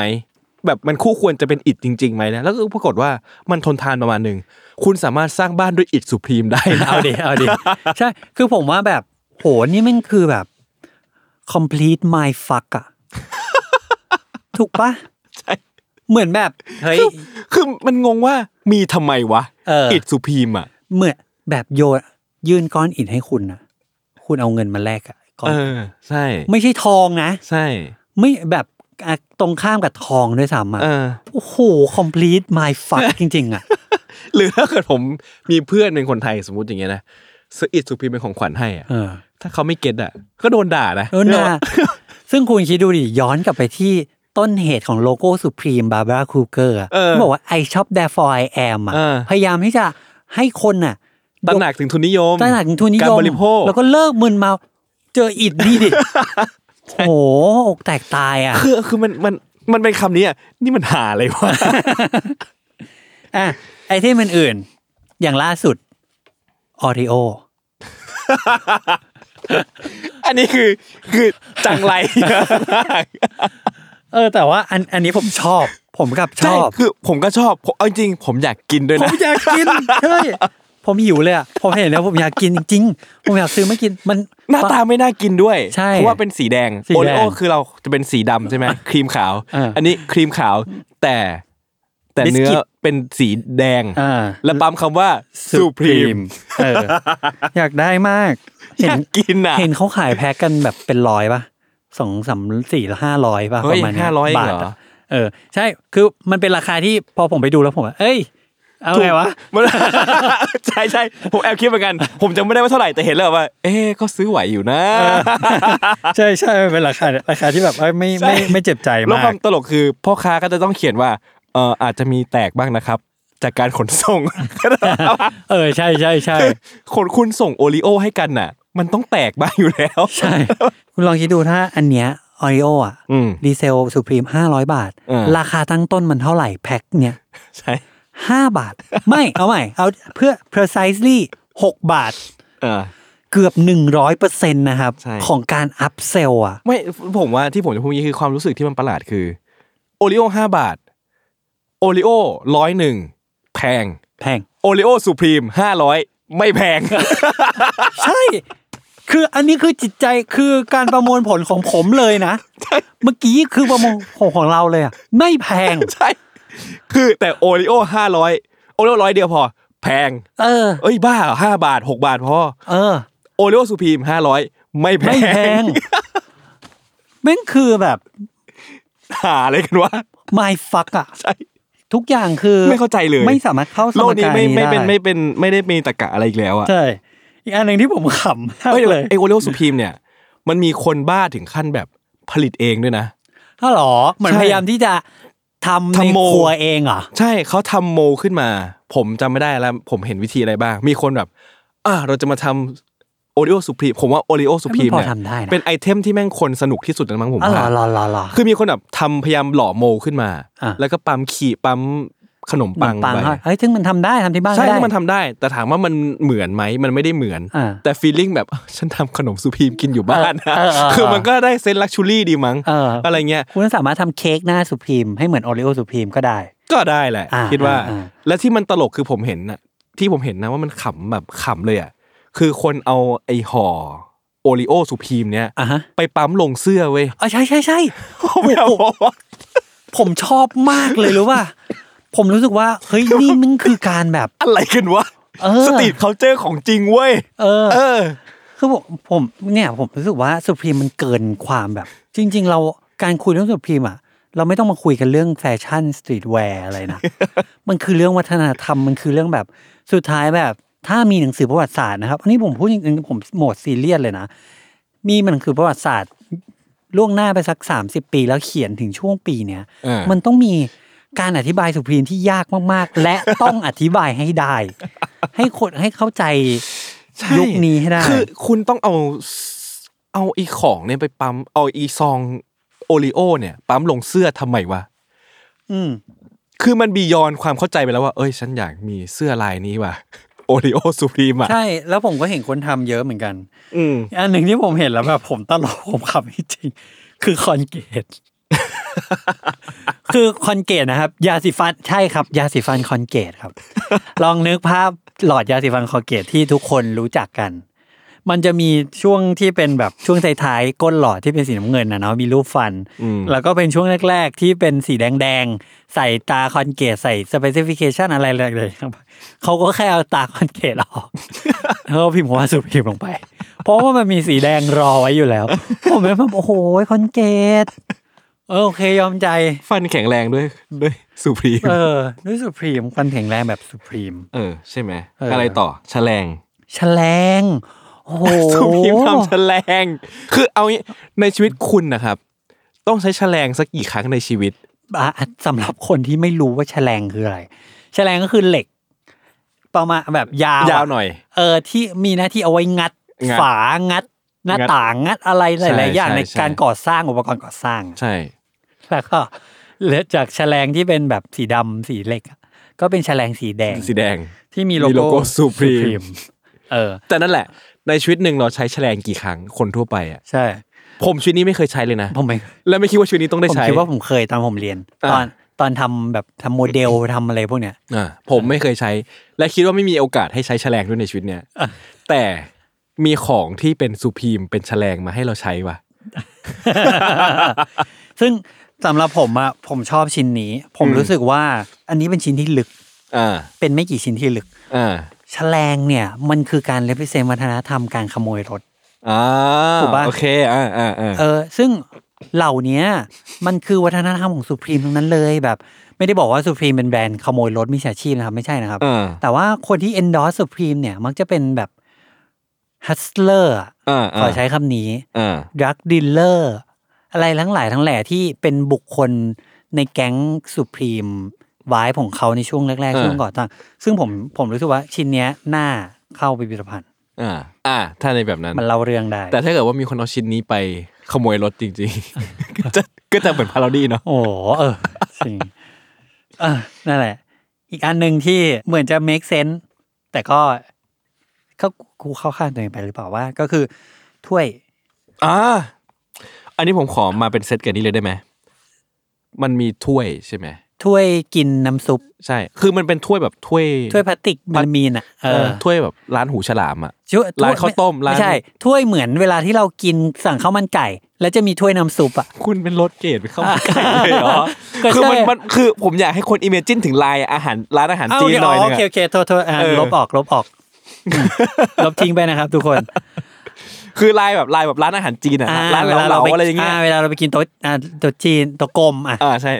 [SPEAKER 3] แบบมันคู่ควรจะเป็นอิดจริงๆไหมนะแล้วก็ปรากฏว่ามันทนทานประมาณหนึ่ง คุณสามารถสร้างบ้านด้วยอิดสุพรีมได้นะ
[SPEAKER 2] เอาดิเอาดิใช่ คือผมว่าแบบ โหนี่มันคือแบบ complete my fuck อะถูกปะ
[SPEAKER 3] ใช่
[SPEAKER 2] เหมือนแบบ เฮ้ย
[SPEAKER 3] คือคือมันงงว่ามีทำไมวะ
[SPEAKER 2] เอออิ
[SPEAKER 3] ดสุพรีมอ่ะ
[SPEAKER 2] เหมือนแบบโยนยื่นก้อนอิฐให้คุณนะคุณเอาเงินมาแลกอะก้อน
[SPEAKER 3] เออ ใช่
[SPEAKER 2] ไม่ใช่ทองนะ
[SPEAKER 3] ใช่
[SPEAKER 2] ไม่แบบอ่ะตรงข้ามกับทองด้วยซ้ำอะ
[SPEAKER 3] เออ
[SPEAKER 2] โอ้โห complete my fuck จริง ๆ อ่ะ
[SPEAKER 3] หรือถ้าเกิดผมมีเพื่อนเป็นคนไทยสมมติอย่างเงี้ยนะซื้ออิดสุพรีมเป็นของขวัญให้อะ
[SPEAKER 2] เออ
[SPEAKER 3] ถ้าเขาไม่เก็ตอ่ะ ก็โดนด่านะ
[SPEAKER 2] เออนะ ซึ่งคุณคิดดูดิ ย้อนกลับไปที่ต้นเหตุของโลโก้ Supreme Barbara Kruger อะ
[SPEAKER 3] เออ
[SPEAKER 2] เขาบอกว่า I shop therefore I am อ่ะ
[SPEAKER 3] เออ
[SPEAKER 2] พยายามที่จะให้คนน่ะ
[SPEAKER 3] ตระหนักถึงทุนนิยม
[SPEAKER 2] ตระหนักถึงทุนนิยม
[SPEAKER 3] การบริโภค
[SPEAKER 2] แล้วก็เลิกมึนเมา เจออิดนี่ดิ โอ้โหอกแตกตายอ่ะ
[SPEAKER 3] คือคือมันมันมันเป็นคำนี้อ่ะนี่มันหาอะไร วะ
[SPEAKER 2] อ่ะ ไอเทมอื่นๆอย่างล่าสุด Oreo
[SPEAKER 3] อันนี้คือคือจังไร
[SPEAKER 2] เออ แต่ว่าอันอันนี้ผมชอบ ผมกลับช
[SPEAKER 3] ใช่
[SPEAKER 2] อบ
[SPEAKER 3] คือผมก็ชอบผมเอาจริงผมอยากกินด้วย
[SPEAKER 2] ผ
[SPEAKER 3] นะ
[SPEAKER 2] มอยากกิน ใช่ ผมหิวเลยอ่ะ ผมเห็นแล้วผมอยากกินจริงๆผมอยากซื้อมากินมัน
[SPEAKER 3] หน้าตาไม่น่ากินด้วย
[SPEAKER 2] ใช่
[SPEAKER 3] เพราะว่าเป็นสีแดง
[SPEAKER 2] สี
[SPEAKER 3] โอ
[SPEAKER 2] แด
[SPEAKER 3] ริ
[SPEAKER 2] ง
[SPEAKER 3] โอคือเราจะเป็นสีดำใช่ไหมครีมขาว
[SPEAKER 2] เอออั
[SPEAKER 3] อันนี้ครีมขาวแต่ แต่เนื้อ
[SPEAKER 2] บิสกิต
[SPEAKER 3] เป็นสีแดง
[SPEAKER 2] อ่า
[SPEAKER 3] และปั๊มคำว่า Supreme
[SPEAKER 2] เอออยากได้มาก
[SPEAKER 3] อ
[SPEAKER 2] เห็
[SPEAKER 3] ยาน กกินอ่ะ
[SPEAKER 2] เห็นเขาขายแพ็กกันแบบเป็นร้อยป่ะสองสามสี่ห้าร้อยป่ะ
[SPEAKER 3] เฮ้
[SPEAKER 2] ป
[SPEAKER 3] ย
[SPEAKER 2] ระมาณเนี้ย
[SPEAKER 3] 500เอง
[SPEAKER 2] บาท
[SPEAKER 3] เหรอ
[SPEAKER 2] อะเออ ใช่คือมันเป็นราคาที่พอผมไปดูแล้วผมว่าเอ้ย เอาไงวะ
[SPEAKER 3] มัน ใช่ใช่ผมแอบคิดเหมือนกัน ผมจำไม่ได้ว่าเท่าไหร่แต่เห็นแล้วว่า เอ๊ะก็ซื้อไหวอยู่นะ
[SPEAKER 2] ใช่ใช่มันเป็นราคาราคาที่แบบเอ้ยไม่ไม่
[SPEAKER 3] ใช่
[SPEAKER 2] ไม่เจ็บ ใจ
[SPEAKER 3] แล้ว
[SPEAKER 2] มา
[SPEAKER 3] ค
[SPEAKER 2] ก
[SPEAKER 3] วามตลกคือพ่อค้าก็จะต้องเขียนว่าเอออาจจะมีแตกบ้างนะครับ จากการขนส่ง
[SPEAKER 2] เออใช่ใช่ ใช่
[SPEAKER 3] ขนคุณส่งโอริโอให้กันน่ะ มันต้องแตกบ้างอยู่แล้ว
[SPEAKER 2] ใช่ คุณลองคิดดูถ้าอันเนี้ยออริโออ่ะ
[SPEAKER 3] อืม
[SPEAKER 2] ดีเซลสุพรีมห้าร้อยบาท
[SPEAKER 3] เออ
[SPEAKER 2] ราคาตั้งต้นมันเท่าไหร่แพ็คเนี่ย
[SPEAKER 3] ใช่
[SPEAKER 2] ห้าบาท ไม่เอาใหม่ เอาเพื่อ precisely หกบาท
[SPEAKER 3] เออ
[SPEAKER 2] เกือบหนึ่งร้อยเปอร์เซ็นต์นะครับ
[SPEAKER 3] ใช่
[SPEAKER 2] ของการอัพเซลอ่ะ
[SPEAKER 3] ไม่ผมว่าที่ผมจะพูดนี้คือความรู้สึกที่มันประหลาดคือโอริโอห้าบาทโอริโอร้อยหนึ่งแพง
[SPEAKER 2] แพง
[SPEAKER 3] โอริโอสุพรีมห้าร้อย ไม่แพง
[SPEAKER 2] ใช่ คืออันนี้คือจิตใจคือการประมวลผลของผมเลย นะ เมื่อกี้คือประมวลของของเราเลยอะไม่แพง
[SPEAKER 3] ใช่ คือแต่โอริโอห้าร้อยโอริโอร้อยเดียวพอ แพง
[SPEAKER 2] เออ
[SPEAKER 3] เอ้ยบ้าห้าบาทหกบาทพอ
[SPEAKER 2] เออ
[SPEAKER 3] โอริโอสุพีมห้าร้อยไม่แพ
[SPEAKER 2] ไม่แพง
[SPEAKER 3] ง
[SPEAKER 2] แม่งคือแบบ
[SPEAKER 3] หาอะไรกันวะ
[SPEAKER 2] ไม่ฟักอะ
[SPEAKER 3] ใช่
[SPEAKER 2] ทุกอย่างคือ
[SPEAKER 3] ไม่เข้าใจเลย
[SPEAKER 2] ไม่สามารถเข้าสม
[SPEAKER 3] โลกนี้
[SPEAKER 2] การ
[SPEAKER 3] ไม่
[SPEAKER 2] นี้
[SPEAKER 3] ไม่เป็น
[SPEAKER 2] ได้
[SPEAKER 3] ไม่เป็นไม่ได้มีตะกะอะไรอีกแล้วอะ
[SPEAKER 2] ใช่อีกอันหนึ่งที่ผมขำมาก
[SPEAKER 3] เอ้ย
[SPEAKER 2] เลย
[SPEAKER 3] ไอโอริโอสุพีมเนี่ย มันมีคนบ้าถึงขั้นแบบผลิตเองด้วยนะ
[SPEAKER 2] ถ้าหรอเหมือน
[SPEAKER 3] ใช่
[SPEAKER 2] พยายามที่จะทำใน
[SPEAKER 3] ทำโม
[SPEAKER 2] ครัวเองเหรอ
[SPEAKER 3] ใช่เขาทำโมขึ้นมา ผมจำไม่ได้แล้ว ผมเห็นวิธีอะไรบ้าง มีคนแบบ อ่ะเราจะมาทำโอริโอสุพีมผมว่าโอริโอสุพีม
[SPEAKER 2] มันพอ
[SPEAKER 3] เนี่ย
[SPEAKER 2] ทำได้นะ
[SPEAKER 3] เป็นไอเทมที่แม่งคนสนุกที่สุดแล้วมั้งผม
[SPEAKER 2] อ๋อเหรอ
[SPEAKER 3] ว่า
[SPEAKER 2] เหรอเหรอเหรอ
[SPEAKER 3] คือมีคนแบบทำพยายามหล่อโมขึ้นมา
[SPEAKER 2] อ่ะ
[SPEAKER 3] แล้วก็ปั๊มขี่ปั๊มขนม
[SPEAKER 2] เหมื
[SPEAKER 3] ปั
[SPEAKER 2] อง นปัง
[SPEAKER 3] ไป
[SPEAKER 2] เฮ้ยซึ่งมันทำได้ทำที่บ้าน
[SPEAKER 3] ใช่
[SPEAKER 2] ก็ได้
[SPEAKER 3] ที่มันทำได้ แต่ถามว่ามันเหมือนไหมมันไม่ได้เหมือน
[SPEAKER 2] อ่า
[SPEAKER 3] แต่ฟีลลิ่งแบบ ฉันทำขนมสุพีมกินอยู่บ้านนะ
[SPEAKER 2] เออเออเออ
[SPEAKER 3] คือมันก็ได้เซนส์ลักชูรี่ดีมั้ง
[SPEAKER 2] เออ
[SPEAKER 3] อะไรเงี้ย
[SPEAKER 2] คุณสามารถทำเค้กหน้าสุพรีมให้เหมือนโอริโอสุพรีมก็ได้
[SPEAKER 3] ก็ได้แหละ
[SPEAKER 2] อ่า
[SPEAKER 3] คิดว่า
[SPEAKER 2] อ่าอ่า
[SPEAKER 3] และที่มันตลกคือผมเห็นน่ะที่ผมเห็นนะว่ามันขำแบบขำเลยอ่ะคือคนเอาไอห่อโอริโอสุพีมเนี่ย
[SPEAKER 2] อ่ะฮะ
[SPEAKER 3] ไปปั๊มลงเสื้อเว้ย
[SPEAKER 2] อ๋อใช่ใช่ใช่
[SPEAKER 3] ไม่เอาวะ
[SPEAKER 2] ผมชอบมากเลยรู้ป่ะ ผมรู้สึกว่า เฮ้ย นี่มันคือการแบบ
[SPEAKER 3] อะไรกันวะ
[SPEAKER 2] เออ
[SPEAKER 3] สตรีทเคาเจอร์ของจริงเว้ย
[SPEAKER 2] เออ
[SPEAKER 3] เออ
[SPEAKER 2] คือผมผมเนี่ยผมรู้สึกว่าสุพรีมมันเกินความแบบ จริง ๆ เราการคุยเรื่องสุพรีมอ่ะ เราไม่ต้องมาคุยกันเรื่องแฟชั่นสตรีทแวร์อะไรนะ มันคือเรื่องวัฒนธรรมมันคือเรื่องแบบสุดท้ายแบบ ถ้ามีหนังสือประวัติศาสตร์นะครับ อันนี้ผมพูดจริงๆผมโหมดซีเรียสเลยนะ มีหนังสือประวัติศาสตร์ ล่วงหน้าไปสักสามสิบปี แล้วเขียนถึงช่วงปีเนี้ย
[SPEAKER 3] เออ
[SPEAKER 2] มันต้องมีการอธิบายสุพรีมที่ยากมากๆ และต้องอธิบายให้ได้ ให้คนให้เข้าใจยุคนี้ให้ได้
[SPEAKER 3] คือคุณต้องเอาเอาอีของเนี่ยไปปั๊ม เอาอีซองโอริโอเนี่ย ปั๊มลงเสื้อทำไมวะ
[SPEAKER 2] อืม
[SPEAKER 3] คือมันบียอนความเข้าใจไปแล้วว่า เอ้ย ฉันอยากมีเสื้อลายนี้ว่ะ โอริโอสุพีมอ่ะ
[SPEAKER 2] ใช่แล้วผมก็เห็นคนทำเยอะเหมือนกัน
[SPEAKER 3] อืม
[SPEAKER 2] อีกอันหนึ่งที่ผมเห็นแล้วแบบผมตลกผมขำจริงๆคือคอนเกต คือคอนเกตนะครับ ยาสีฟันใช่ครับ ยาสีฟันคอนเกตครับ ลองนึกภาพหลอดยาสีฟันคอนเกตที่ทุกคนรู้จักกัน มันจะมีช่วงที่เป็นแบบช่วงท้ายๆก้นหลอดที่เป็นสีน้ำเงินนะเนาะมีรูปฟัน
[SPEAKER 3] อืม
[SPEAKER 2] แล้วก็เป็นช่วงแรก ๆ ที่เป็นสีแดง ๆ ใส่ตาคอนเกตใส่สเปซิฟิเคชันอะไรเลยครับเขาก็แค่เอาตาคอนเกตออก แล้วก็พิมพ์คำว่าสุพิมพ์ลงไป เพราะว่ามันมีสีแดงรอไว้อยู่แล้ว ผมเลยแบบโอ้โหคอนเกตเออโอเคยอมใจ
[SPEAKER 3] ฟันแข็งแรงด้วยด้วยสุพีม
[SPEAKER 2] เออด้วยสุพรีมควันแข็งแรงแบบสุพรีม
[SPEAKER 3] เออ ใช่ไหม
[SPEAKER 2] เอออ
[SPEAKER 3] อะไรต่อแฉลง
[SPEAKER 2] แฉลง โอ้โห
[SPEAKER 3] สุพีมทำแฉลง คือเอางี้ในชีวิตคุณนะครับ ต้องใช้แฉลงสักกี่ครั้งในชีวิต
[SPEAKER 2] อ่ะสำหรับคนที่ไม่รู้ว่าแฉลงคืออะไรแฉลงก็คือเหล็ก ประมาณแบบยาวอะ
[SPEAKER 3] ยาวหน่อย
[SPEAKER 2] เออที่มีหน้าที่เอาไว้งัด
[SPEAKER 3] งัด
[SPEAKER 2] ฝางัด หน้า
[SPEAKER 3] งัด
[SPEAKER 2] ต่างงัดอะไรห
[SPEAKER 3] ใช่
[SPEAKER 2] ลาย ๆ อย่าง
[SPEAKER 3] ใช่
[SPEAKER 2] ใน
[SPEAKER 3] ใช่
[SPEAKER 2] การก่อสร้างอุปกรณ์ก่อสร้าง
[SPEAKER 3] ใช่
[SPEAKER 2] แล้วก็เหลือจากแฉลงที่เป็นแบบสีดำสีเหล็กอะก็เป็นแฉลงสีแดง
[SPEAKER 3] สีแดง
[SPEAKER 2] ที่มี
[SPEAKER 3] มีโลโก้ Supreme
[SPEAKER 2] Supreme เออ
[SPEAKER 3] แต่นั่นแหละ ในชีวิตหนึ่งเราใช้แฉลงกี่ครั้งคนทั่วไปอ่ะ
[SPEAKER 2] ใช่
[SPEAKER 3] ผมชีวิตนี้ไม่เคยใช้เลยนะ
[SPEAKER 2] ผมไม่
[SPEAKER 3] และไม่คิดว่าชีวิตนี้ต้องได้
[SPEAKER 2] ผม
[SPEAKER 3] ใช้
[SPEAKER 2] คิดว่าผมเคยตอนผมเรียนต
[SPEAKER 3] อ่า
[SPEAKER 2] อนตอนทำแบบทำโม เดลทำอะไรพวกเนี้ย
[SPEAKER 3] อ่าผมไม่เคยใช้ และคิดว่าไม่มีโอกาสให้ใช้แฉลงด้วยในชีวิตเนี่ย
[SPEAKER 2] อ่ะ
[SPEAKER 3] แต่มีของที่เป็นสุพีมเป็นแฉลงมาให้เราใช้ว่ะ
[SPEAKER 2] ซึ่งสำหรับผมอะผมชอบชิ้นนี้ ผม
[SPEAKER 3] อืม
[SPEAKER 2] รู้สึกว่าอันนี้เป็นชิ้นที่ลึก
[SPEAKER 3] อ่า
[SPEAKER 2] เป็นไม่กี่ชิ้นที่ลึก
[SPEAKER 3] อ่า
[SPEAKER 2] แฉลงเนี่ยมันคือการเลพิเซนวัฒนธรรมการขโมยรถ
[SPEAKER 3] อ่า
[SPEAKER 2] ถูกปะ
[SPEAKER 3] โอเคอ่าอ่าอ่า
[SPEAKER 2] เออ ซึ่งเหล่าเนี้ยมันคือวัฒนธรรมของสุพรีมทั้งนั้นเลยแบบ ไม่ได้บอกว่าสุพรีมเป็นแบรนด์ขโมยรถมิจฉาชีพนะครับ ไม่ใช่นะครับ
[SPEAKER 3] อ่า
[SPEAKER 2] แต่ว่าคนที่ endorse สุพรีมเนี่ยมักจะเป็นแบบฮัสเลอร์
[SPEAKER 3] อ่า
[SPEAKER 2] ขอใช้คำนี้
[SPEAKER 3] อ่า
[SPEAKER 2] ดรักด d ลเลอร์อะไรทั้งหลายทั้งแหล่ที่เป็นบุคคลในแก๊งสุพรีมวายของเขาในช่วงแรกๆช่วงก่อนตั้งซึ่งผมผมรู้สึกว่าชิ้นเนี้ยน่าเข้าพิพิธภัณฑ์
[SPEAKER 3] อ่าอ่าถ้าในแบบนั้น
[SPEAKER 2] มันเล่าเรื่องได้
[SPEAKER 3] แต่ถ้าเกิดว่ามีคนเอาชิ้นนี้ไปขโมยรถจริงๆ ก็จะก็จะเหมือนพาราดีเนาะ
[SPEAKER 2] โอ้โหเออจริงเออนั่นแหละ อีกอันหนึ่งที่เหมือนจะ make sense แต่ก็เขากูเข้าข้างตัวเองไปหรือเปล่าว่า ก็คือถ้วย
[SPEAKER 3] อ่าอันนี้ผมขอมาเป็นเซตกับนี้เลยได้ไหมมันมีถ้วยใช่ไหม
[SPEAKER 2] ถ้วยกินน้ำซุป
[SPEAKER 3] ใช่ คือมันเป็นถ้วยแบบถ้วย
[SPEAKER 2] ถ้วยพลาสติกมันมีน่ะเอ
[SPEAKER 3] เอ
[SPEAKER 2] อ
[SPEAKER 3] อถ้วยแบบร้านหูฉลามอ่ะ
[SPEAKER 2] ช่วย
[SPEAKER 3] ร้านข้าวต้มร้าน
[SPEAKER 2] ไใช่ ถ้วยเหมือนเวลาที่เรากินสั่งข้าวมันไก่ แล้วจะมีถ้วยน้ำซุปอ่ะ
[SPEAKER 3] คุณเป็นรถเกรดไปเข้ามาไกลเลยเหรอ
[SPEAKER 2] ก็ใช่
[SPEAKER 3] คือมันมันคือผมอยากให้คนอิมเมจินถึงลายอาหารร้านอาหารจีนหน่อย
[SPEAKER 2] โอ
[SPEAKER 3] นึง
[SPEAKER 2] เคโอ
[SPEAKER 3] อะ
[SPEAKER 2] เคโทษโทษอ่ะ
[SPEAKER 3] เออ
[SPEAKER 2] ลบออกลบออกอืมลบทิ้งไปนะครับ ทุกคน
[SPEAKER 3] คือลายแบบลายแบบร้านอาหารจีนอะ
[SPEAKER 2] อ่
[SPEAKER 3] ร้านเหลาๆอะไรอย่างเงี้ย
[SPEAKER 2] เวลาเราไปกินโต๊ะอ่าโต๊ะจีนโต๊ะกลมอ่ะ
[SPEAKER 3] อ่าใช่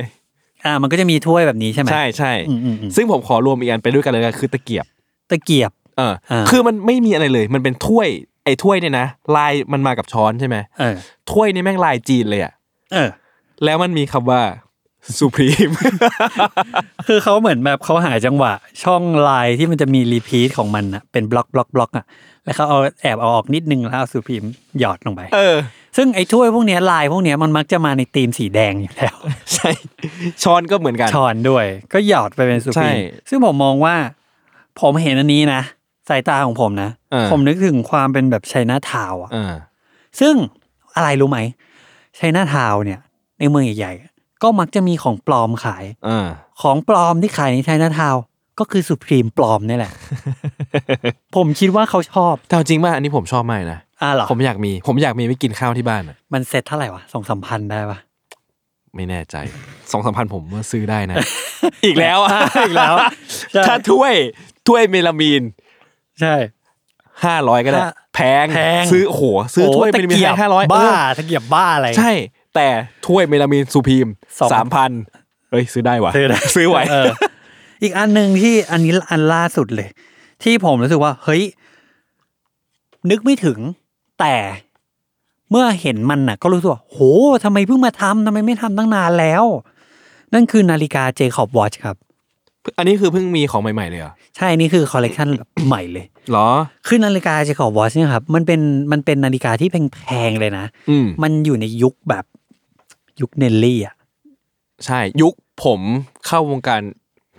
[SPEAKER 2] อ่า มันก็จะมีถ้วยแบบนี้ใช่ไหม
[SPEAKER 3] ใช่ใช่
[SPEAKER 2] อืมอืมอืม
[SPEAKER 3] ซึ่งผมขอรวมอีกอันไปด้วยกันเลยกันคือตะเกียบ
[SPEAKER 2] ตะเกียบ
[SPEAKER 3] เออ
[SPEAKER 2] อ่า
[SPEAKER 3] คือมันไม่มีอะไรเลย มันเป็นถ้วย ไอ้ถ้วยเนี่ยนะ ลายมันมากับช้อนใช่ไหม
[SPEAKER 2] เออ
[SPEAKER 3] ถ้วยนี่แม่งลายจีนเลยอะ
[SPEAKER 2] เออ
[SPEAKER 3] แล้วมันมีคำว่าสุพรี ม
[SPEAKER 2] คือเขาเหมือนแบบเขาหาจังหวะ ช่องลายที่มันจะมีรีพีทของมันนะเป็นบล็อกบล็อกบล็อกอ่ะแล้วเขาเอาแอบเอาออกนิดนึงแล้วเอาสุพิมพ์หยอดลงไป
[SPEAKER 3] เออ
[SPEAKER 2] ซึ่งไอ้ถ้วยพวกเนี้ยลายพวกเนี้ยมันมักจะมาในธีมสีแดงอยู่แล้ว
[SPEAKER 3] ใช่ ช้อนก็เหมือนกัน
[SPEAKER 2] ช้อนด้วย ก็หยอดไปเป็นสุ
[SPEAKER 3] ใช่
[SPEAKER 2] พิมพ์ซึ่งผมมองว่า ผมเห็นอันนี้นะสายตาของผมนะ
[SPEAKER 3] เออ
[SPEAKER 2] ผมนึกถึงความเป็นแบบไชน่าทาวน์อ่ะ
[SPEAKER 3] เออ
[SPEAKER 2] ซึ่งอะไรรู้ไหมไชน่าทาวน์เนี่ย ในเมืองใหญ่ๆอะก็มักจะมีของปลอมขาย
[SPEAKER 3] เออ
[SPEAKER 2] ของปลอมที่ขายในไชน่าทาวน์ก็คือสุ r รีมปลอมนี่แหละ ผมคิดว่าเขาชอบ
[SPEAKER 3] แต่เอาจริงว่าอันนี้ผมชอบมากนะ
[SPEAKER 2] อ่าเหรอ
[SPEAKER 3] ผมอยากมี ผมอยากมีไว้กินข้าวที่บ้านอะ
[SPEAKER 2] มันเซ็ตเท่าไหร่วะสองสามพันได้ปะ
[SPEAKER 3] ไม่แน่ใจ สองสามพันผมว่าซื้อได้นะ อีกแล้วอะ
[SPEAKER 2] อีกแล้ว ใช่
[SPEAKER 3] ถ้าถ้วย ถ้วยเมลามีน
[SPEAKER 2] ใช่
[SPEAKER 3] ห้าร้อยก็ได้
[SPEAKER 2] ห้า
[SPEAKER 3] แพง
[SPEAKER 2] แพง
[SPEAKER 3] ซื้อโอ้โหซื้อถ้วยเม
[SPEAKER 2] โตะ
[SPEAKER 3] ลามีน
[SPEAKER 2] เกียบ
[SPEAKER 3] ห้าร้อย
[SPEAKER 2] บ้าตะเกียบบ้าอะไร
[SPEAKER 3] ใช่ แต่ถ้วยเมลามีนซูพีม
[SPEAKER 2] สอง
[SPEAKER 3] สามพันเฮ้ย ซื้อได้วะ
[SPEAKER 2] ซื้อได้
[SPEAKER 3] ซื้อไหว
[SPEAKER 2] เอออีกอันหนึ่งที่อันนี้อันล่าสุดเลย ที่ผมรู้สึกว่า เฮ้ย นึกไม่ถึง แต่เมื่อเห็นมันน่ะ ก็รู้สึกว่า โหทำไมเพิ่งมาทำทำไมไม่ทำตั้งนานแล้ว นั่นคือนาฬิกาเจคอบวอชครับ
[SPEAKER 3] อันนี้คือเพิ่งมีของใหม่ๆเลยเหรอ
[SPEAKER 2] ใช่นี่คือคอลเลกชัน ใหม่เลย
[SPEAKER 3] เหรอ
[SPEAKER 2] คือนาฬิกาเจคอบวอชเนี่ยครับ มันเป็นมันเป็นนาฬิกาที่แพงๆเลยนะ
[SPEAKER 3] อืม
[SPEAKER 2] มันอยู่ในยุคแบบยุคเนลลี่อ่ะ
[SPEAKER 3] ใช่ ยุคผมเข้าวงการ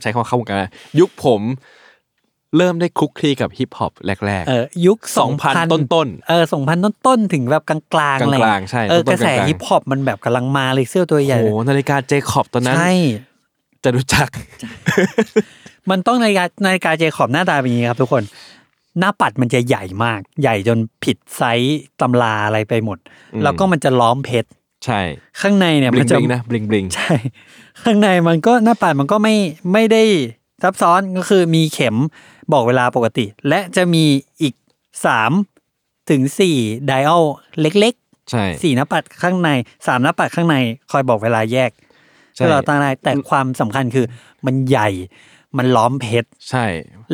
[SPEAKER 3] ใช้คำว่าเข้าวงการนะยุคผมเริ่มได้คลุกคลีกับฮิปฮอปแรก
[SPEAKER 2] เออยุค
[SPEAKER 3] สองพัน
[SPEAKER 2] 2000
[SPEAKER 3] ต้นๆ
[SPEAKER 2] เออสองพันต้นต้นๆถึงแบบกลางกลางๆอะไร
[SPEAKER 3] กลางๆใช่
[SPEAKER 2] เออ
[SPEAKER 3] ต้
[SPEAKER 2] กระ
[SPEAKER 3] นๆ
[SPEAKER 2] แส
[SPEAKER 3] กลางๆ
[SPEAKER 2] ฮิปฮอปมันแบบกำลังมาเลยเสื้อตัว
[SPEAKER 3] ๆ
[SPEAKER 2] ให
[SPEAKER 3] โอ้
[SPEAKER 2] ญ่
[SPEAKER 3] โหนาฬิกาเจคอบตอนนั้น
[SPEAKER 2] ใช่
[SPEAKER 3] จะรู้จัก
[SPEAKER 2] มันต้องนาฬิกานาฬิกาเจคอบหน้าตาเป็นอย่างนี้ครับทุกคน หน้าปัดมันจะใหญ่มาก ใหญ่จนผิดไซส์ตำราอะไรไปหมด
[SPEAKER 3] อืม
[SPEAKER 2] แล้วก็มันจะล้อมเพชร
[SPEAKER 3] ใช่
[SPEAKER 2] ข้างในเนี่ย
[SPEAKER 3] บลิ
[SPEAKER 2] มั
[SPEAKER 3] ง
[SPEAKER 2] จะ
[SPEAKER 3] บลิงๆนะบลิงบลิง
[SPEAKER 2] ใช่ ข้างในมันก็หน้าปัดมันก็ไม่ไม่ได้ซับซ้อนก็คือมีเข็มบอกเวลาปกติ และจะมีอีกสามถึงสี่ไดอัลเล็ก
[SPEAKER 3] ใช่
[SPEAKER 2] ๆสี่หน้าปัดข้างในสามหน้าปัดข้างในคอยบอกเวลาแยก
[SPEAKER 3] ใช่
[SPEAKER 2] ที่เราตั้งได้แต่ความสำคัญคือมันใหญ่มันล้อมเพชร
[SPEAKER 3] ใช่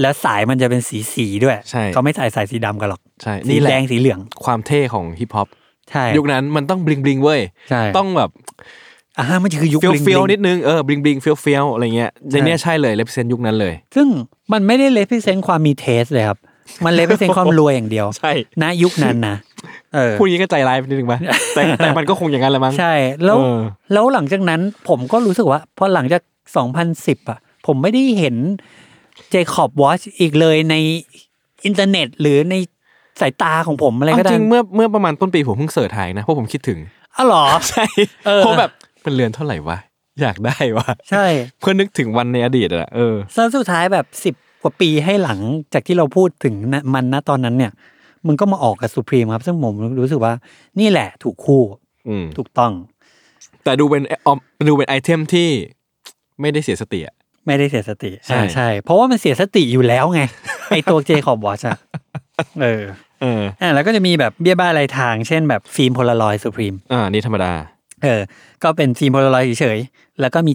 [SPEAKER 2] และสายมันจะเป็นสีสีๆด้วย
[SPEAKER 3] ใช่
[SPEAKER 2] เขาไม่ใส่สายสีดำกันหรอก
[SPEAKER 3] ใช่
[SPEAKER 2] สี
[SPEAKER 3] นี่แห
[SPEAKER 2] แด
[SPEAKER 3] ละ
[SPEAKER 2] งสีเหลือง
[SPEAKER 3] ความเท่ของฮิปฮอป
[SPEAKER 2] ใช่
[SPEAKER 3] ยุคนั้นมันต้องบลิงบลิงๆเว้ย
[SPEAKER 2] ใช่
[SPEAKER 3] ต้องแบบ
[SPEAKER 2] อ่ามันคือยุค
[SPEAKER 3] เฟี้ยว
[SPEAKER 2] bling
[SPEAKER 3] เฟี้ยว
[SPEAKER 2] bling
[SPEAKER 3] นิดนึงเออบลิงบลิงเฟี้ยวเฟี้ยวอะไรเงี้ยในเนี้ยใช่เลยเลเซนยุคนั้นเลย
[SPEAKER 2] ซึ่งมันไม่ได้เลพิเซนต์ความมีเทสเลยครับ มันเลพิเซนต์ความรวยอย่างเดียว
[SPEAKER 3] ใช่
[SPEAKER 2] ณยุคนั้นนะเออ
[SPEAKER 3] พูดอย่างนี้ก็ใจร้ายไปนิดนึงปะแต่แต่มันก็คงอย่างนั้นแหละมั้ง
[SPEAKER 2] ใช่ แล้ว
[SPEAKER 3] เออ
[SPEAKER 2] แล้วหลังจากนั้นผมก็รู้สึกว่า พอหลังจาก 2010 อ่ะ ผมไม่ได้เห็นเจคอบวอชอีกเลยในอินเทอร์เน็ต หรือในสายตาของผมอะไร
[SPEAKER 3] เอา
[SPEAKER 2] ก็
[SPEAKER 3] จ
[SPEAKER 2] ได้
[SPEAKER 3] ริงเมื่อเมื่อประมาณต้นปีผมเพิ่งเสิร์ชหายนะเพราะผมคิดถึง
[SPEAKER 2] อ๋อเหรอ
[SPEAKER 3] ใช่
[SPEAKER 2] เออ
[SPEAKER 3] ผมแบบเป็นเรือนเท่าไหร่วะ อยากได้วะ
[SPEAKER 2] ใช่
[SPEAKER 3] เพื่อนึกถึงวันในอดีตอะเออ
[SPEAKER 2] แล้วสุดท้ายแบบสิบ10 กว่าปีให้หลังจากที่เราพูดถึงนะมันนะตอนนั้นเนี่ย มันก็มาออกกับสุพรีมครับ ซึ่งผมรู้สึกว่า นี่แหละถูกคู่
[SPEAKER 3] อืม
[SPEAKER 2] ถูกต้อง
[SPEAKER 3] แต่ดูเป็นออมดูเป็นไอเทมที่ไม่ได้เสียสติอะ
[SPEAKER 2] ไม่ได้เสียสติ
[SPEAKER 3] ใช่
[SPEAKER 2] อ่าใช่ เพราะว่ามันเสียสติอยู่แล้วไง ไอตัวเจคอบวอชอะเออ
[SPEAKER 3] เออ
[SPEAKER 2] อ่าแล้วก็จะมีแบบเบี้ยบ้าลายทาง เช่นแบบฟิล์มโพลารอยสุพรีม
[SPEAKER 3] อ่านี่ธรรมดา
[SPEAKER 2] เออ ก็เป็นฟิล์มโพลารอยเฉยๆ แล้วก็มี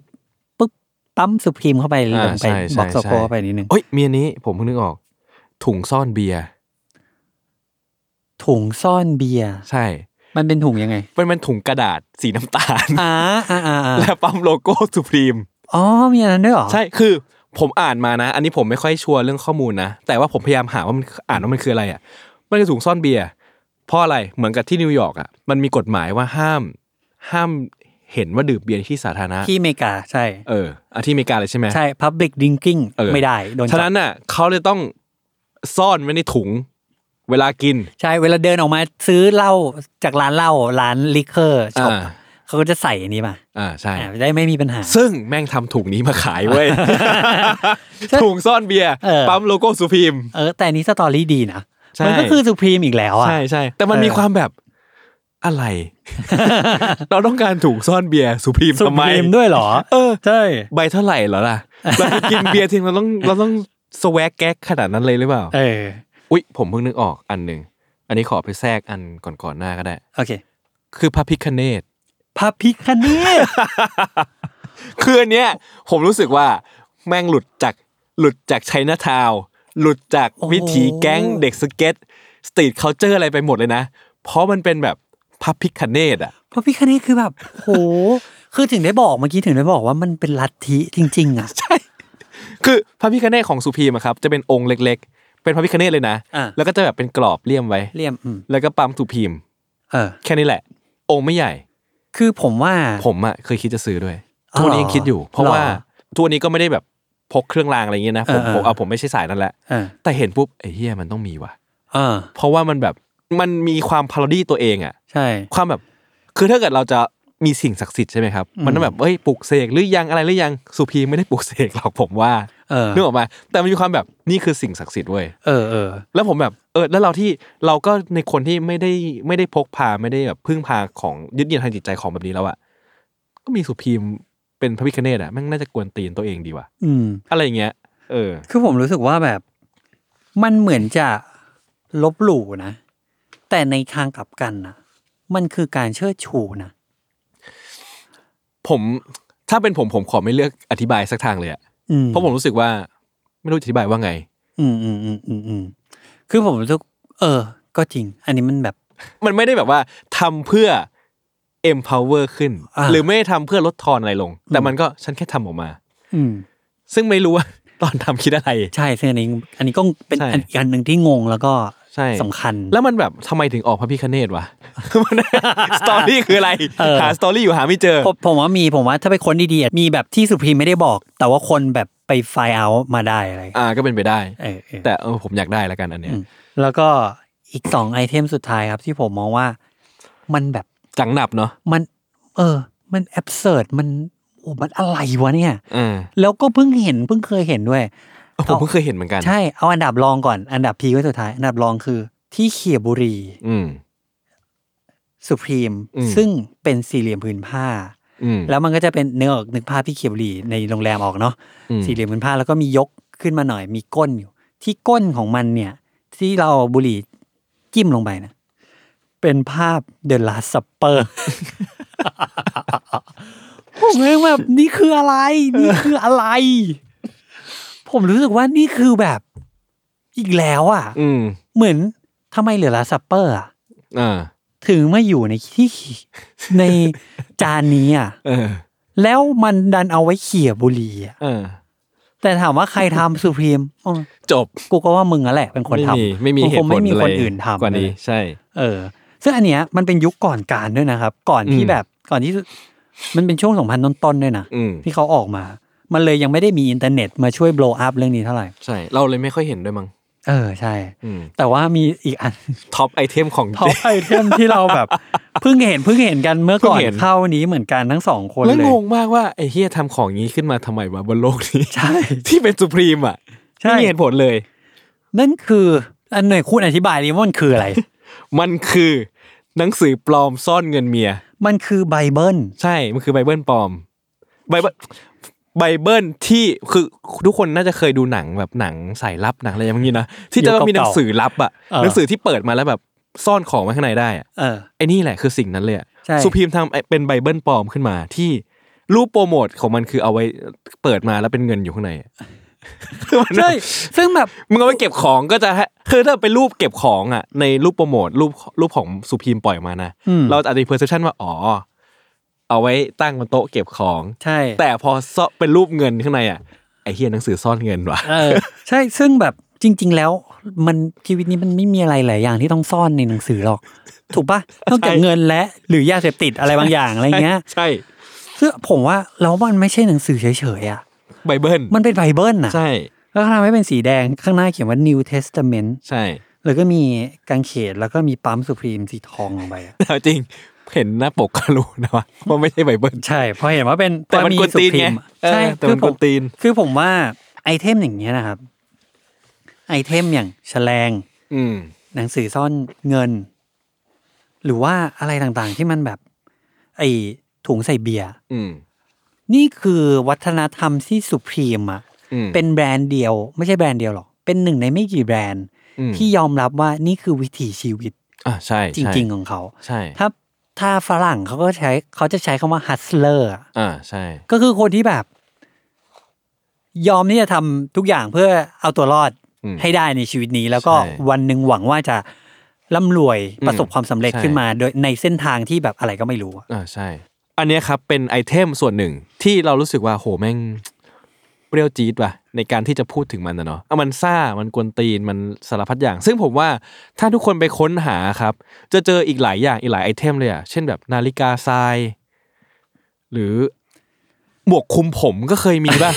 [SPEAKER 2] ปุ๊บปั๊มสุพรีมเข้าไปล
[SPEAKER 3] อ่าง
[SPEAKER 2] ไป
[SPEAKER 3] ใช่ใช่
[SPEAKER 2] บอกโซโค
[SPEAKER 3] ใช่
[SPEAKER 2] เข้าไปนิดนึง
[SPEAKER 3] เอ้ยมีอันนี้ผมเพิ่งนึกออก ถุงซ่อนเบียร์
[SPEAKER 2] ถุงซ่อนเบียร์
[SPEAKER 3] ใช่
[SPEAKER 2] มันเป็นถุงยังไง
[SPEAKER 3] มันเป็นถุงกระดาษสีน้ำตาล
[SPEAKER 2] อ่าอ่าอ่าอ่า
[SPEAKER 3] และปั๊มโลโก้สุพรีม
[SPEAKER 2] อ๋อมีอันนั้นด้วยเหรอ
[SPEAKER 3] ใช่คือผมอ่านมานะ อันนี้ผมไม่ค่อยชัวร์เรื่องข้อมูลนะ แต่ว่าผมพยายามหาว่ามันอ่านว่ามันคืออะไรอะมันคือถุงซ่อนเบียร์เพราะอะไรเหมือนกับที่นิวยอร์กอะมันมีกฎหมายว่าห้าม ห้ามเห็นว่าดื่มเบียร์ในที่สาธารณะ
[SPEAKER 2] ที่อเมริกาใช่
[SPEAKER 3] เอออะที่อเมริกาเลยใช่ไหม
[SPEAKER 2] ใช่ Public Drinking
[SPEAKER 3] เออ
[SPEAKER 2] ไม่ได้โดน
[SPEAKER 3] ฉะ
[SPEAKER 2] จั
[SPEAKER 3] นั้
[SPEAKER 2] บ
[SPEAKER 3] นน่ะเขาเลยต้องซ่อนไว้ในถุง เวลากิน
[SPEAKER 2] ใช่เวลาเดินออกมาซื้อเหล้าจากร้านเหล้าร้านลิเคอร์ช็อป
[SPEAKER 3] อ่า
[SPEAKER 2] เขาก็จะใส่อันนี้มา
[SPEAKER 3] อ่าใช่
[SPEAKER 2] อ่าได้ไม่มีปัญหา
[SPEAKER 3] ซึ่งแม่งทำถุงนี้มาขายเว้ย
[SPEAKER 2] ใช่
[SPEAKER 3] ถุงซ่อนเบียร์
[SPEAKER 2] เออ
[SPEAKER 3] ปั๊มโลโก้สุพิม
[SPEAKER 2] เออแต่อันนี้สตอรี่ดีนะ
[SPEAKER 3] ใช่
[SPEAKER 2] มันก็คือสุพรีมอีกแล้วอ่ะ
[SPEAKER 3] ใช่ใช่แต่มัน
[SPEAKER 2] เออ
[SPEAKER 3] มีความแบบ อะไร เราต้องการถุงซ่อนเบียร์สุพิม
[SPEAKER 2] สุ
[SPEAKER 3] ทำไม
[SPEAKER 2] พรีมด้วยเหรอ
[SPEAKER 3] เออ
[SPEAKER 2] ใช่
[SPEAKER 3] ใบเท่าไหร่เหรอล่ะ เราจะกินเบียร์ทิ้งเราต้องเราต้องสวกแก๊กขนาดนั้นเลยหรือเปล่า
[SPEAKER 2] เออ
[SPEAKER 3] อุ๊ย ผมเพิ่งนึกออกอันหนึ่ง อันนี้ขอไปแทรกอันก่อนๆหน้าก็ได้
[SPEAKER 2] โอเค
[SPEAKER 3] คือพระพิคเนต
[SPEAKER 2] พระพิคเน ต
[SPEAKER 3] คืออันเนี้ยผมรู้สึกว่าแม่งหลุดจากหลุดจากไชน่าทาวน์หลุดจาก
[SPEAKER 2] โอ้โห
[SPEAKER 3] วิถีแก๊งเด็กสเก็ตสตรีทเคาเจอร์อะไรไปหมดเลยนะ เพราะมันเป็นแบบพระพิคเนตอ่ะ
[SPEAKER 2] พระพิคเนตคือแบบ โห คือถึงได้บอกเมื่อกี้ถึงได้บอกว่ามันเป็นลัทธิจริง ๆ อ่ะ
[SPEAKER 3] คือพระพิคเนตของสุพีมอะครับจะเป็นองค์เล็ก ๆ เป็นพระพิคเนตเลยนะ
[SPEAKER 2] อ่ะ
[SPEAKER 3] แล้วก็จะแบบเป็นกรอบเลี่ยมไว้
[SPEAKER 2] เลี่ยมอืม
[SPEAKER 3] แล้วก็ปั๊มสุพีม
[SPEAKER 2] เออ
[SPEAKER 3] แค่นี้แหละ องค์ไม่ใหญ่
[SPEAKER 2] คือผมว่า
[SPEAKER 3] ผมอะเคยคิดจะซื้อด้วย
[SPEAKER 2] อ๋อ
[SPEAKER 3] ทุกวันนี้ยังคิดอยู่ เพราะ
[SPEAKER 2] เหรอ
[SPEAKER 3] ว่าทุกวันนี้ก็ไม่ได้แบบพกเครื่องรางอะไรอย่างเงี้ยนะผม
[SPEAKER 2] เออเออ
[SPEAKER 3] ผมเอาผมไม่ใช่สายนั่นแหละ
[SPEAKER 2] เออ
[SPEAKER 3] แต่เห็นปุ๊บไอ้เฮียมันต้องมีว่ะ
[SPEAKER 2] เออ
[SPEAKER 3] เพราะว่ามันแบบมันมีความพารดีตัวเองอะ
[SPEAKER 2] ใช่
[SPEAKER 3] ความแบบ คือถ้าเกิดเราจะมีสิ่งศักดิ์สิทธิ์ใช่ไหมครับ มันต้องแบบเอ้ยปลุกเสกหรือยังอะไรหรือยังสุพีไม่ได้ปลุกเสกหรอกผมว่า
[SPEAKER 2] เออ
[SPEAKER 3] นึกออกมา แต่มันมีความแบบนี่คือสิ่งศักดิ์สิทธิ์เว้ย
[SPEAKER 2] เออเออ
[SPEAKER 3] แล้วผมแบบเออแล้วเราที่เราก็ในคนที่ไม่ได้ไม่ได้พกพาไม่ได้แบบพึ่งพาของยึดเยียนทางจิตใจของแบบนี้แล้วอะก็มีสุพีมเป็นพระพิคเนตอะแม่งน่าจะกวนตีนตัวเองดีว่ะ
[SPEAKER 2] อืม
[SPEAKER 3] อะไรอย่างเงี้ย เออ
[SPEAKER 2] คือผมรู้สึกว่าแบบ มันเหมือนจะลบหลู่นะ แต่ในทางกลับกันนะมันคือการเชิดชูนะ
[SPEAKER 3] ผมถ้าเป็นผมผมขอไม่เลือกอธิบายสักทางเลยอะ
[SPEAKER 2] อืม
[SPEAKER 3] เพราะผมรู้สึกว่าไม่รู้จะอธิบายว่าไง
[SPEAKER 2] อืมอืมอืมอืมอืมคือผมรู้สึกเออ ก็จริง อันนี้มันแบบ
[SPEAKER 3] มันไม่ได้แบบว่าทำเพื่อ empower ขึ้น
[SPEAKER 2] อ่า
[SPEAKER 3] หรือไม่ได้ทำเพื่อลดทอนอะไรลง แต่มันก็ฉันแค่ทำออกมา
[SPEAKER 2] อืม
[SPEAKER 3] ซึ่งไม่รู้ว่า ตอนทำคิดอะไร
[SPEAKER 2] ใช่ซึ่งอันนี้อันนี้ก็เป็น
[SPEAKER 3] ใช่
[SPEAKER 2] อันอีกอันหนึ่งที่งงแล้วก็
[SPEAKER 3] ใช่
[SPEAKER 2] สำคัญ
[SPEAKER 3] แล้วมันแบบทำไมถึงออกพระพิคเนตวะ สตอรี่คืออะไร
[SPEAKER 2] เออ
[SPEAKER 3] หาสตอรี่อยู่หาไม่เจอ
[SPEAKER 2] ผมผมว่ามีผมว่าถ้าไปค้นดีๆอ่ะมีแบบที่สุพรีมไม่ได้บอก แต่ว่าคนแบบไปไฟเอา มาได้อะไร
[SPEAKER 3] อ่าก็เป็นไปได้
[SPEAKER 2] เออเออ
[SPEAKER 3] แต่เออผมอยากได้แล้วกันอันเนี้ย
[SPEAKER 2] อืม แล้วก็อีกสองไอเทมสุดท้ายครับ ที่ผมมองว่ามันแบบ
[SPEAKER 3] จังหนับเนาะ
[SPEAKER 2] มัน เออ มันแอบเสิร์มันโอ้มันอะไรวะเนี่ย
[SPEAKER 3] อืม
[SPEAKER 2] แล้วก็เพิ่งเห็นเพิ่งเคยเห็นด้วย
[SPEAKER 3] ผมเพิ่งเคยเห็นเหมือนกัน
[SPEAKER 2] ใช่ เอาอันดับรองก่อน อันดับพีไว้สุดท้าย อันดับรองคือที่เขียบุรี
[SPEAKER 3] อืม
[SPEAKER 2] สุพรีม
[SPEAKER 3] อืม
[SPEAKER 2] ซึ่งเป็นสี่เหลี่ยมผืนผ้า
[SPEAKER 3] อืม
[SPEAKER 2] แล้วมันก็จะเป็นเนื้อออกนึกภาพที่เขียบุรีในโรงแรมออกเนาะ
[SPEAKER 3] อืม
[SPEAKER 2] สี่เหลี่ยมผืนผ้าแล้วก็มียกขึ้นมาหน่อย มีก้นอยู่ ที่ก้นของมันเนี่ย ที่เราเอาบุหรี่จิ้มลงไปนะ เป็นภาพเดอะลาสเป อร์ ผมเองแบบนี่คืออะไร นี่คืออะไร ผมรู้สึกว่านี่คือแบบอีกแล้วอ่ะ
[SPEAKER 3] อืม
[SPEAKER 2] เหมือนทำไมเหลือลาสเปอร์อะ
[SPEAKER 3] อ่า
[SPEAKER 2] ถึงมาอยู่ในที่ ในจานนี้อ่ะ
[SPEAKER 3] เออ
[SPEAKER 2] แล้วมันดันเอาไว้เขี่ยบุหรี่อ่ะ
[SPEAKER 3] เออ
[SPEAKER 2] แต่ถามว่าใครทำสุพรีมอ๋อ
[SPEAKER 3] จบ
[SPEAKER 2] กูก็ว่ามึงนั่นแหละเป็นคนทำ
[SPEAKER 3] ไม่มี
[SPEAKER 2] ง
[SPEAKER 3] ไม่มีเห
[SPEAKER 2] ค
[SPEAKER 3] ตุ
[SPEAKER 2] ง
[SPEAKER 3] ผ
[SPEAKER 2] ไม่
[SPEAKER 3] ล
[SPEAKER 2] มี
[SPEAKER 3] อะไร
[SPEAKER 2] คนอื่นทำ
[SPEAKER 3] กว่านี้
[SPEAKER 2] เลย
[SPEAKER 3] ใช่
[SPEAKER 2] เออ ซึ่งอันเนี้ยมันเป็นยุคก่อนการด้วยนะครับ ก่อนที่
[SPEAKER 3] อืม
[SPEAKER 2] แบบก่อนที่มันเป็นช่วงสองพันต้นๆด้วยนะ
[SPEAKER 3] อืม
[SPEAKER 2] ที่เขาออกมา มันเลยยังไม่ได้มีอินเทอร์เน็ตมาช่วย blow up เรื่องนี้เท่าไหร่
[SPEAKER 3] ใช่ เราเลยไม่ค่อยเห็นด้วยมั้ง
[SPEAKER 2] เออใช่
[SPEAKER 3] อืม
[SPEAKER 2] แต่ว่ามีอีกอัน
[SPEAKER 3] ท็อปไอเทมของ
[SPEAKER 2] ท็อ
[SPEAKER 3] เจ๊
[SPEAKER 2] ปไอเทมที่เราแบบ เพิ่งเห็นเพิ่งเห็นกันเมื่อก่อน
[SPEAKER 3] เพิ่งเห็น
[SPEAKER 2] เข้านี้เหมือนกันทั้งสองคน
[SPEAKER 3] แล้ว
[SPEAKER 2] เลย
[SPEAKER 3] งงมากว่าไอเฮียทำของงี้ขึ้นมาทำไมวะบนโลกนี้
[SPEAKER 2] ใช่
[SPEAKER 3] ที่เป็นสุพรีมอ่ะ
[SPEAKER 2] ใช่
[SPEAKER 3] ไม่มีเหตุผลเลย
[SPEAKER 2] นั่นคือ อันหน่อยคุณอธิบายดิว่ามันคืออะไร
[SPEAKER 3] มันคือหนังสือปลอมซ่อนเงินเมีย
[SPEAKER 2] มันคือไบเบิล
[SPEAKER 3] ใช่ มันคือไบเบิลปลอม ไบเบิลไบเบิลที่คือทุกคนน่าจะเคยดูหนังแบบหนังสายลับหนังอะไรอย่างนี้นะที่จะต้องมีหนังสือลับอ่ะ
[SPEAKER 2] เออ
[SPEAKER 3] หนังสือที่เปิดมาแล้วแบบซ่อนของไว้ข้างในได้อะ
[SPEAKER 2] เออ
[SPEAKER 3] ไอ้นี่แหละคือสิ่งนั้นเลยอะ
[SPEAKER 2] ใช่
[SPEAKER 3] สุพีมทำไอ้เป็นไบเบิลปลอมขึ้นมาที่รูปโปรโมทของมันคือเอาไว้เปิดมาแล้วเป็นเงินอยู่ข้างในอะคือมัน
[SPEAKER 2] ใช่ ซึ่งแบบ
[SPEAKER 3] มึงเอาไปเก็บของก็จะให้คือถ้าเป็นรูปเก็บของอ่ะ ในรูปโปรโมทรูปรูปของสุพีมปล่อยมานะ
[SPEAKER 2] อืม
[SPEAKER 3] เราอาจจะเพอร์เซพชันว่าอ๋อเอาไว้ตั้งบนโต๊ะเก็บของ
[SPEAKER 2] ใช่
[SPEAKER 3] แต่พอซ่อเป็นรูปเงินข้างในอ่ะไอเฮียหนังสือซ่อนเงินว่ะ
[SPEAKER 2] เออ ใช่ซึ่งแบบจริง ๆ แล้วมันชีวิตนี้มันไม่มีอะไรหลายอย่างที่ต้องซ่อนในหนังสือหรอก ถูกปะนอกจากเงินและหรือยาเสพติดอะไรบางอย่างอะไรเงี้ย
[SPEAKER 3] ใช่
[SPEAKER 2] ซึ่งผมว่าแล้วมันไม่ใช่หนังสือเฉยๆอ่ะ
[SPEAKER 3] ไบเบิล
[SPEAKER 2] มันเป็นไบเบิลน่ะ
[SPEAKER 3] ใช่
[SPEAKER 2] แล้วก็ทำให้เป็นสีแดงข้างหน้าเขียนว่า New Testament
[SPEAKER 3] ใช่
[SPEAKER 2] แล้วก็มีกางเขนแล้วก็มีปั๊มสุพรีมสีทองลงไปอะ
[SPEAKER 3] แต่จริง เห็นหน้าปกก็รู้นะว่า มันไม่ใช่ไบเบิล
[SPEAKER 2] ใช่เพอเห็นว่าเป็น
[SPEAKER 3] แต่มัน
[SPEAKER 2] พอก
[SPEAKER 3] วนตีนไง
[SPEAKER 2] สุพรีม
[SPEAKER 3] เอ
[SPEAKER 2] ใช่
[SPEAKER 3] อแต่มัน
[SPEAKER 2] ผ
[SPEAKER 3] กว
[SPEAKER 2] ม
[SPEAKER 3] นตีน
[SPEAKER 2] คือผมว่าไอเทมอย่างเงี้ยนะครับ ไอเทมอย่างแฉลง
[SPEAKER 3] อืม
[SPEAKER 2] หนังสือซ่อนเงิน หรือว่าอะไรต่างๆที่มันแบบ ไอถุงใส่เบียร์
[SPEAKER 3] อืม
[SPEAKER 2] นี่คือวัฒนธรรมที่สุพรีมอะ
[SPEAKER 3] อืม
[SPEAKER 2] เป็นแบรนด์เดียว ไม่ใช่แบรนด์เดียวหรอกเป็นหนึ่งในไม่กี่แบรนด์
[SPEAKER 3] อืม
[SPEAKER 2] ที่ยอมรับว่านี่คือวิถีชีวิต
[SPEAKER 3] อ่ะใช่
[SPEAKER 2] จ
[SPEAKER 3] ใช่
[SPEAKER 2] ริง ๆ ของเขา
[SPEAKER 3] ใช่
[SPEAKER 2] ถ้าถ้าฝรั่งเขาก็ใช้เขาจะใช้คำว่า hustler อะ
[SPEAKER 3] อ่าใช่
[SPEAKER 2] ก็คือคนที่แบบ ยอมที่จะทำทุกอย่างเพื่อเอาตัวรอด
[SPEAKER 3] อืม
[SPEAKER 2] ให้ได้ในชีวิตนี้ แล้วก็
[SPEAKER 3] ใช่
[SPEAKER 2] วันหนึ่งหวังว่าจะร่ำรวย
[SPEAKER 3] อืม
[SPEAKER 2] ประสบความสำเร็จ
[SPEAKER 3] ใช่
[SPEAKER 2] ขึ้นมา โดยในเส้นทางที่แบบอะไรก็ไม่รู้อะ
[SPEAKER 3] อ่าใช่ อันเนี้ยครับเป็นไอเทมส่วนหนึ่งที่เรารู้สึกว่าโหแม่ง เปรี้ยวจี๊ดว่ะในการที่จะพูดถึงมันนะเนาะอ่ะมันซ่ามันกวนตีนมันสารพัดอย่าง ซึ่งผมว่าถ้าทุกคนไปค้นหาครับ จะเจออีกหลายอย่างอีกหลายไอเทมเลยอ่ะเช่นแบบนาฬิกาทราย หรือหมวกคลุมผมก็เคยมี ป่ะ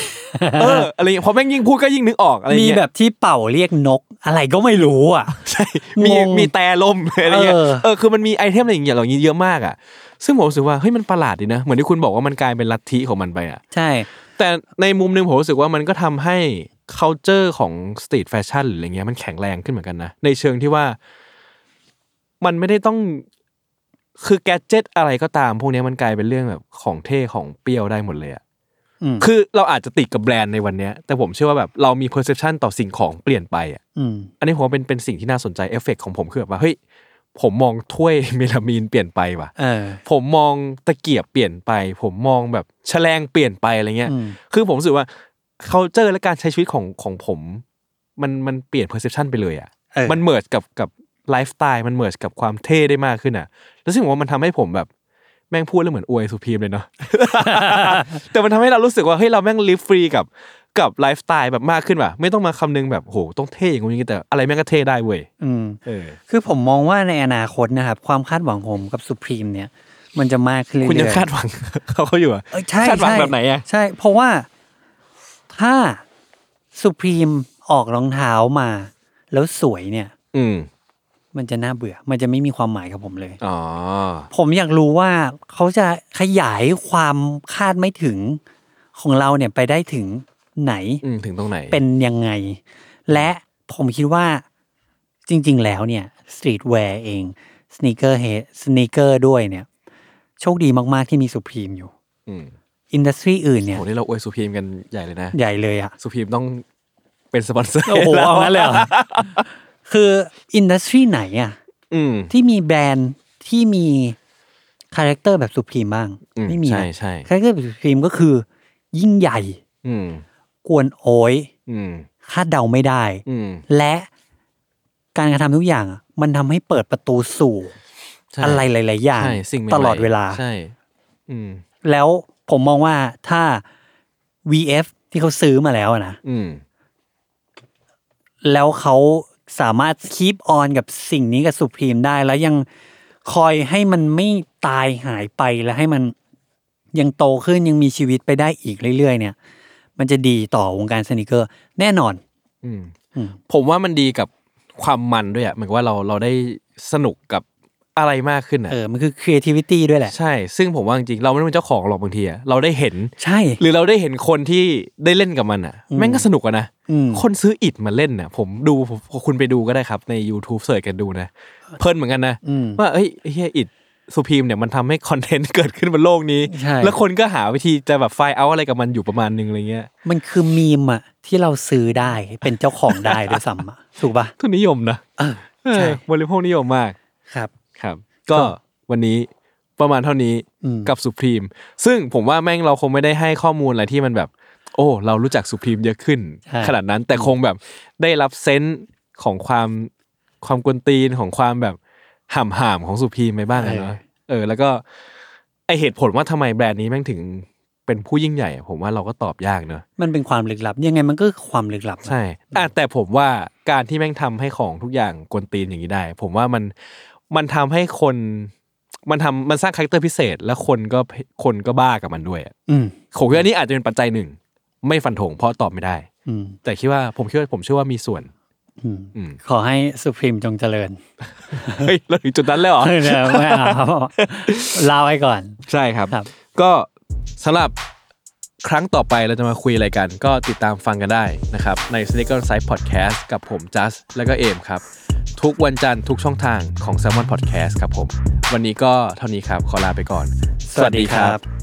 [SPEAKER 3] เอออะไรอย่างเงี้ยพอแม่งยิ่งพูดก็ยิ่งนึกออกอะไรอย่าง
[SPEAKER 2] มี
[SPEAKER 3] เงี้ย
[SPEAKER 2] แบบที่เป่าเรียกนก อะไรก็ไม่รู้ อ่ะ
[SPEAKER 3] ใช่มี
[SPEAKER 2] งง
[SPEAKER 3] มีแต่ลม อะไรเงี้ย
[SPEAKER 2] เออ
[SPEAKER 3] เออคือมันมีไอเทมอะไรอย่างเงี้ยเหล่านี้เยอะมากอ่ะ ซึ่งผมรู้สึกว่าเฮ้ยมันประหลาดดีนะ เหมือนที่คุณบอกว่ามันกลายเป็นลัทธิของมันไปอ่ะ
[SPEAKER 2] ใช่
[SPEAKER 3] แต่ในมุมหนึงผมรู้สึกว่ามันก็ทำให้ culture ของสตรีทแฟชั่นหรืออะไรเงี้ยมันแข็งแรงขึ้นเหมือนกันนะ ในเชิงที่ว่า มันไม่ได้ต้องคือแกดเจิตอะไรก็ตาม พวกเนี้ยมันกลายเป็นเรื่องแบบของเท่ของเปรี้ยวได้หมดเลยอ่ะ
[SPEAKER 2] อืม
[SPEAKER 3] คือเราอาจจะติดกับแบรนด์ในวันเนี้ย แต่ผมเชื่อว่าแบบเรามี perception ต่อสิ่งของเปลี่ยนไปอ่ะ
[SPEAKER 2] อืม
[SPEAKER 3] อันนี้ผมว่าเป็นเป็นสิ่งที่น่าสนใจเอฟเฟกของผมคือแบบว่าเฮ้ยผมมองถ้วย เมลามีนเปลี่ยนไปว่ะ
[SPEAKER 2] เออ
[SPEAKER 3] ผมมองตะเกียบเปลี่ยนไป ผมมองแบบแฉลงเปลี่ยนไปอะไรเงี้ย
[SPEAKER 2] อืม
[SPEAKER 3] คือผมรู้สึกว่าเคาเจอและการใช้ชีวิตของของผม มันมันเปลี่ยนเพอร์เซพชันไปเลยอ่ะ
[SPEAKER 2] เออ
[SPEAKER 3] มันเมิร์จกับกับไลฟ์สไตล์มันเมิร์จกับความเท่ได้มากขึ้นอ่ะ แล้วซึ่งผมว่ามันทำให้ผมแบบแม่งพูดแล้วเหมือนอวยสุพีมเลยเนาะ แต่มันทำให้เรารู้สึกว่าเฮ้ยเราแม่งลิฟฟรีกับกับไลฟ์สไตล์แบบมากขึ้นว่ะ ไม่ต้องมาคำนึงแบบโหต้องเท่อย่างงู้นอย่างงี้แต่อะไรแม่งก็เท่ได้เว้ย
[SPEAKER 2] อืม
[SPEAKER 3] เออ
[SPEAKER 2] คือผมมองว่าในอนาคตนะครับ ความคาดหวังผมกับสุพรีมเนี่ย มันจะมากขึ้นเรื่อยๆ
[SPEAKER 3] คุณยังคาดหวัง เขาเขาอยู่อ่ะ
[SPEAKER 2] เอ้ยใช่
[SPEAKER 3] คาดหวัง
[SPEAKER 2] ใช่
[SPEAKER 3] แบบไหนอ่ะ
[SPEAKER 2] ใช่ เพราะว่าถ้าสุพรีมออกรองเท้ามา แล้วสวยเนี่ย
[SPEAKER 3] อืม
[SPEAKER 2] มันจะน่าเบื่อ มันจะไม่มีความหมายกับผมเลย
[SPEAKER 3] อ๋อ
[SPEAKER 2] ผมอยากรู้ว่าเขาจะขยายความคาดไม่ถึงของเราเนี่ยไปได้ถึงไหน
[SPEAKER 3] อืมถึงตรงไหน
[SPEAKER 2] เป็นยังไง และผมคิดว่าจริง ๆ แล้วเนี่ยสตรีทแวร์เองสเนคเกอร์เฮสเนคเกอร์ด้วยเนี่ย โชคดีมาก ๆ ที่มีสุพรีมอยู่
[SPEAKER 3] อืม
[SPEAKER 2] อินดัสทรีอื่นเนี่ย
[SPEAKER 3] โหนี่เราอวยสุพีมกันใหญ่เลยนะ
[SPEAKER 2] ใหญ่เลยอะ
[SPEAKER 3] สุพีมต้องเป็นสปอนเซอร์
[SPEAKER 2] โอ้โห
[SPEAKER 3] แล้ว
[SPEAKER 2] เอางั้นเลยเหรอ คืออินดัสทรีไหนอะ
[SPEAKER 3] อืม
[SPEAKER 2] ที่มีแบรนด์ที่มีคาแรคเตอร์แบบสุพรีมบ้าง
[SPEAKER 3] อืม
[SPEAKER 2] ไม่มี
[SPEAKER 3] ใช่
[SPEAKER 2] นะ
[SPEAKER 3] ใช่
[SPEAKER 2] คาแรคเตอร์แบบสุพรีมก็คือ ยิ่งใหญ่
[SPEAKER 3] อืม
[SPEAKER 2] กวนโอย
[SPEAKER 3] อืม
[SPEAKER 2] คาดเดาไม่ได้
[SPEAKER 3] อืม
[SPEAKER 2] และการกระทำทุกอย่างอะมันทำให้เปิดประตูสู่
[SPEAKER 3] ใช่
[SPEAKER 2] อะไรหลาย ๆ อย่าง
[SPEAKER 3] ใช่สิ่งใหม่ๆ
[SPEAKER 2] ตลอดเวลา
[SPEAKER 3] ใช่ อืม
[SPEAKER 2] แล้วผมมองว่าถ้า VF ที่เขาซื้อมาแล้วอะนะ
[SPEAKER 3] อืม
[SPEAKER 2] แล้วเขาสามารถคีปออนกับสิ่งนี้กับสุพรีมได้ แล้วยังคอยให้มันไม่ตายหายไปและให้มันยังโตขึ้นยังมีชีวิตไปได้อีกเรื่อย ๆ เนี่ย มันจะดีต่อวงการสนิเกอร์ แน่นอน
[SPEAKER 3] อืม
[SPEAKER 2] อืม
[SPEAKER 3] ผมว่ามันดีกับความมันด้วยอ่ะเหมือนกับว่าเราเราได้สนุกกับอะไรมากขึ้นอ่ะ
[SPEAKER 2] เออมันคือ creativity ด้วยแหละ
[SPEAKER 3] ใช่ ซึ่งผมว่าจริงๆเราไม่ต้องเป็นเจ้าของหรอกบางทีอะเราได้เห็น
[SPEAKER 2] ใช่
[SPEAKER 3] หรือเราได้เห็นคนที่ได้เล่นกับมันอ่ะ แม่งก็สนุกอะนะ
[SPEAKER 2] อืม
[SPEAKER 3] คนซื้ออิดมาเล่นน่ะ ผมดูผมคุณไปดูก็ได้ครับใน YouTube เสิร์ชกันดูนะ เพลินเหมือนกันนะ
[SPEAKER 2] อืม
[SPEAKER 3] ว่าเอ้ยไอ้เฮียอิดสุพีมเนี่ยมันทำให้คอนเทนต์ เกิดขึ้นบนโลกนี้
[SPEAKER 2] ใช่
[SPEAKER 3] แล้วคนก็หาวิธีจะแบบไฟเอาอะไรกับมันอยู่ประมาณนึงอะไรเงี้ย
[SPEAKER 2] มันคือมีมอะที่เราซื้อได้เป็นเจ้าของได้ ด้วยซ้ำอะถูกปะ
[SPEAKER 3] ทุนนิยมนะ
[SPEAKER 2] เออใช่
[SPEAKER 3] ใช่บริโภคนิยมมาก
[SPEAKER 2] ครับ
[SPEAKER 3] ครับ ก็วันนี้ประมาณเท่านี้
[SPEAKER 2] อืม
[SPEAKER 3] กับสุพีมซึ่งผมว่าแม่งเราคงไม่ได้ให้ข้อมูลอะไรที่มันแบบ โอ้ เรารู้จักสุพีมเยอะขึ้น ขนาดนั้นแต่คงแบบได้รับเซนส์ของความความกวนตีนของความแบบห่ำห่ามๆของสุพีมไปบ้างอะเนาะเออ แล้วก็ไอเหตุผลว่าทำไมแบรนด์นี้แม่งถึงเป็นผู้ยิ่งใหญ่อะผมว่าเราก็ตอบยากเนอะ
[SPEAKER 2] มันเป็นความลึกลับ ยังไงมันก็คือความลึกลับอะ
[SPEAKER 3] ใช่อ่ะแต่ผมว่าการที่แม่งทำให้ของทุกอย่างกวนตีนอย่างนี้ได้ ผมว่ามันมันทำให้คนมันทำมันสร้างคาแรคเตอร์พิเศษ แล้วคนก็คนก็บ้ากับมันด้วยอะ
[SPEAKER 2] อืม
[SPEAKER 3] ผมคิดว่านี่อาจจะเป็นปัจจัยหนึ่ง ไม่ฟันธงเพราะตอบไม่ได้
[SPEAKER 2] อืม
[SPEAKER 3] แต่คิดว่าผมคิดว่าผมเชื่อว่ามีส่วน
[SPEAKER 2] อืม
[SPEAKER 3] อืม
[SPEAKER 2] ขอให้สุพรีมจงเจริญ
[SPEAKER 3] เฮ้ยเราถึงจุดนั้น แล้วเหรอ
[SPEAKER 2] เดี๋ยวไม่เอา ลาไว้ก่อน
[SPEAKER 3] ใช่ครับ
[SPEAKER 2] ครับ
[SPEAKER 3] ก็สำหรับครั้งต่อไปเราจะมาคุยอะไรกัน ก็ติดตามฟังกันได้นะครับ ใน Sneaker Side Podcast กับผมจัสและก็เอมครับ ทุกวันจันทร์ทุกช่องทางของ s ซ l m o n Podcast ครับผม วันนี้ก็เท่านี้ครับ ขอลาไปก่อน
[SPEAKER 2] สวัสดีครับ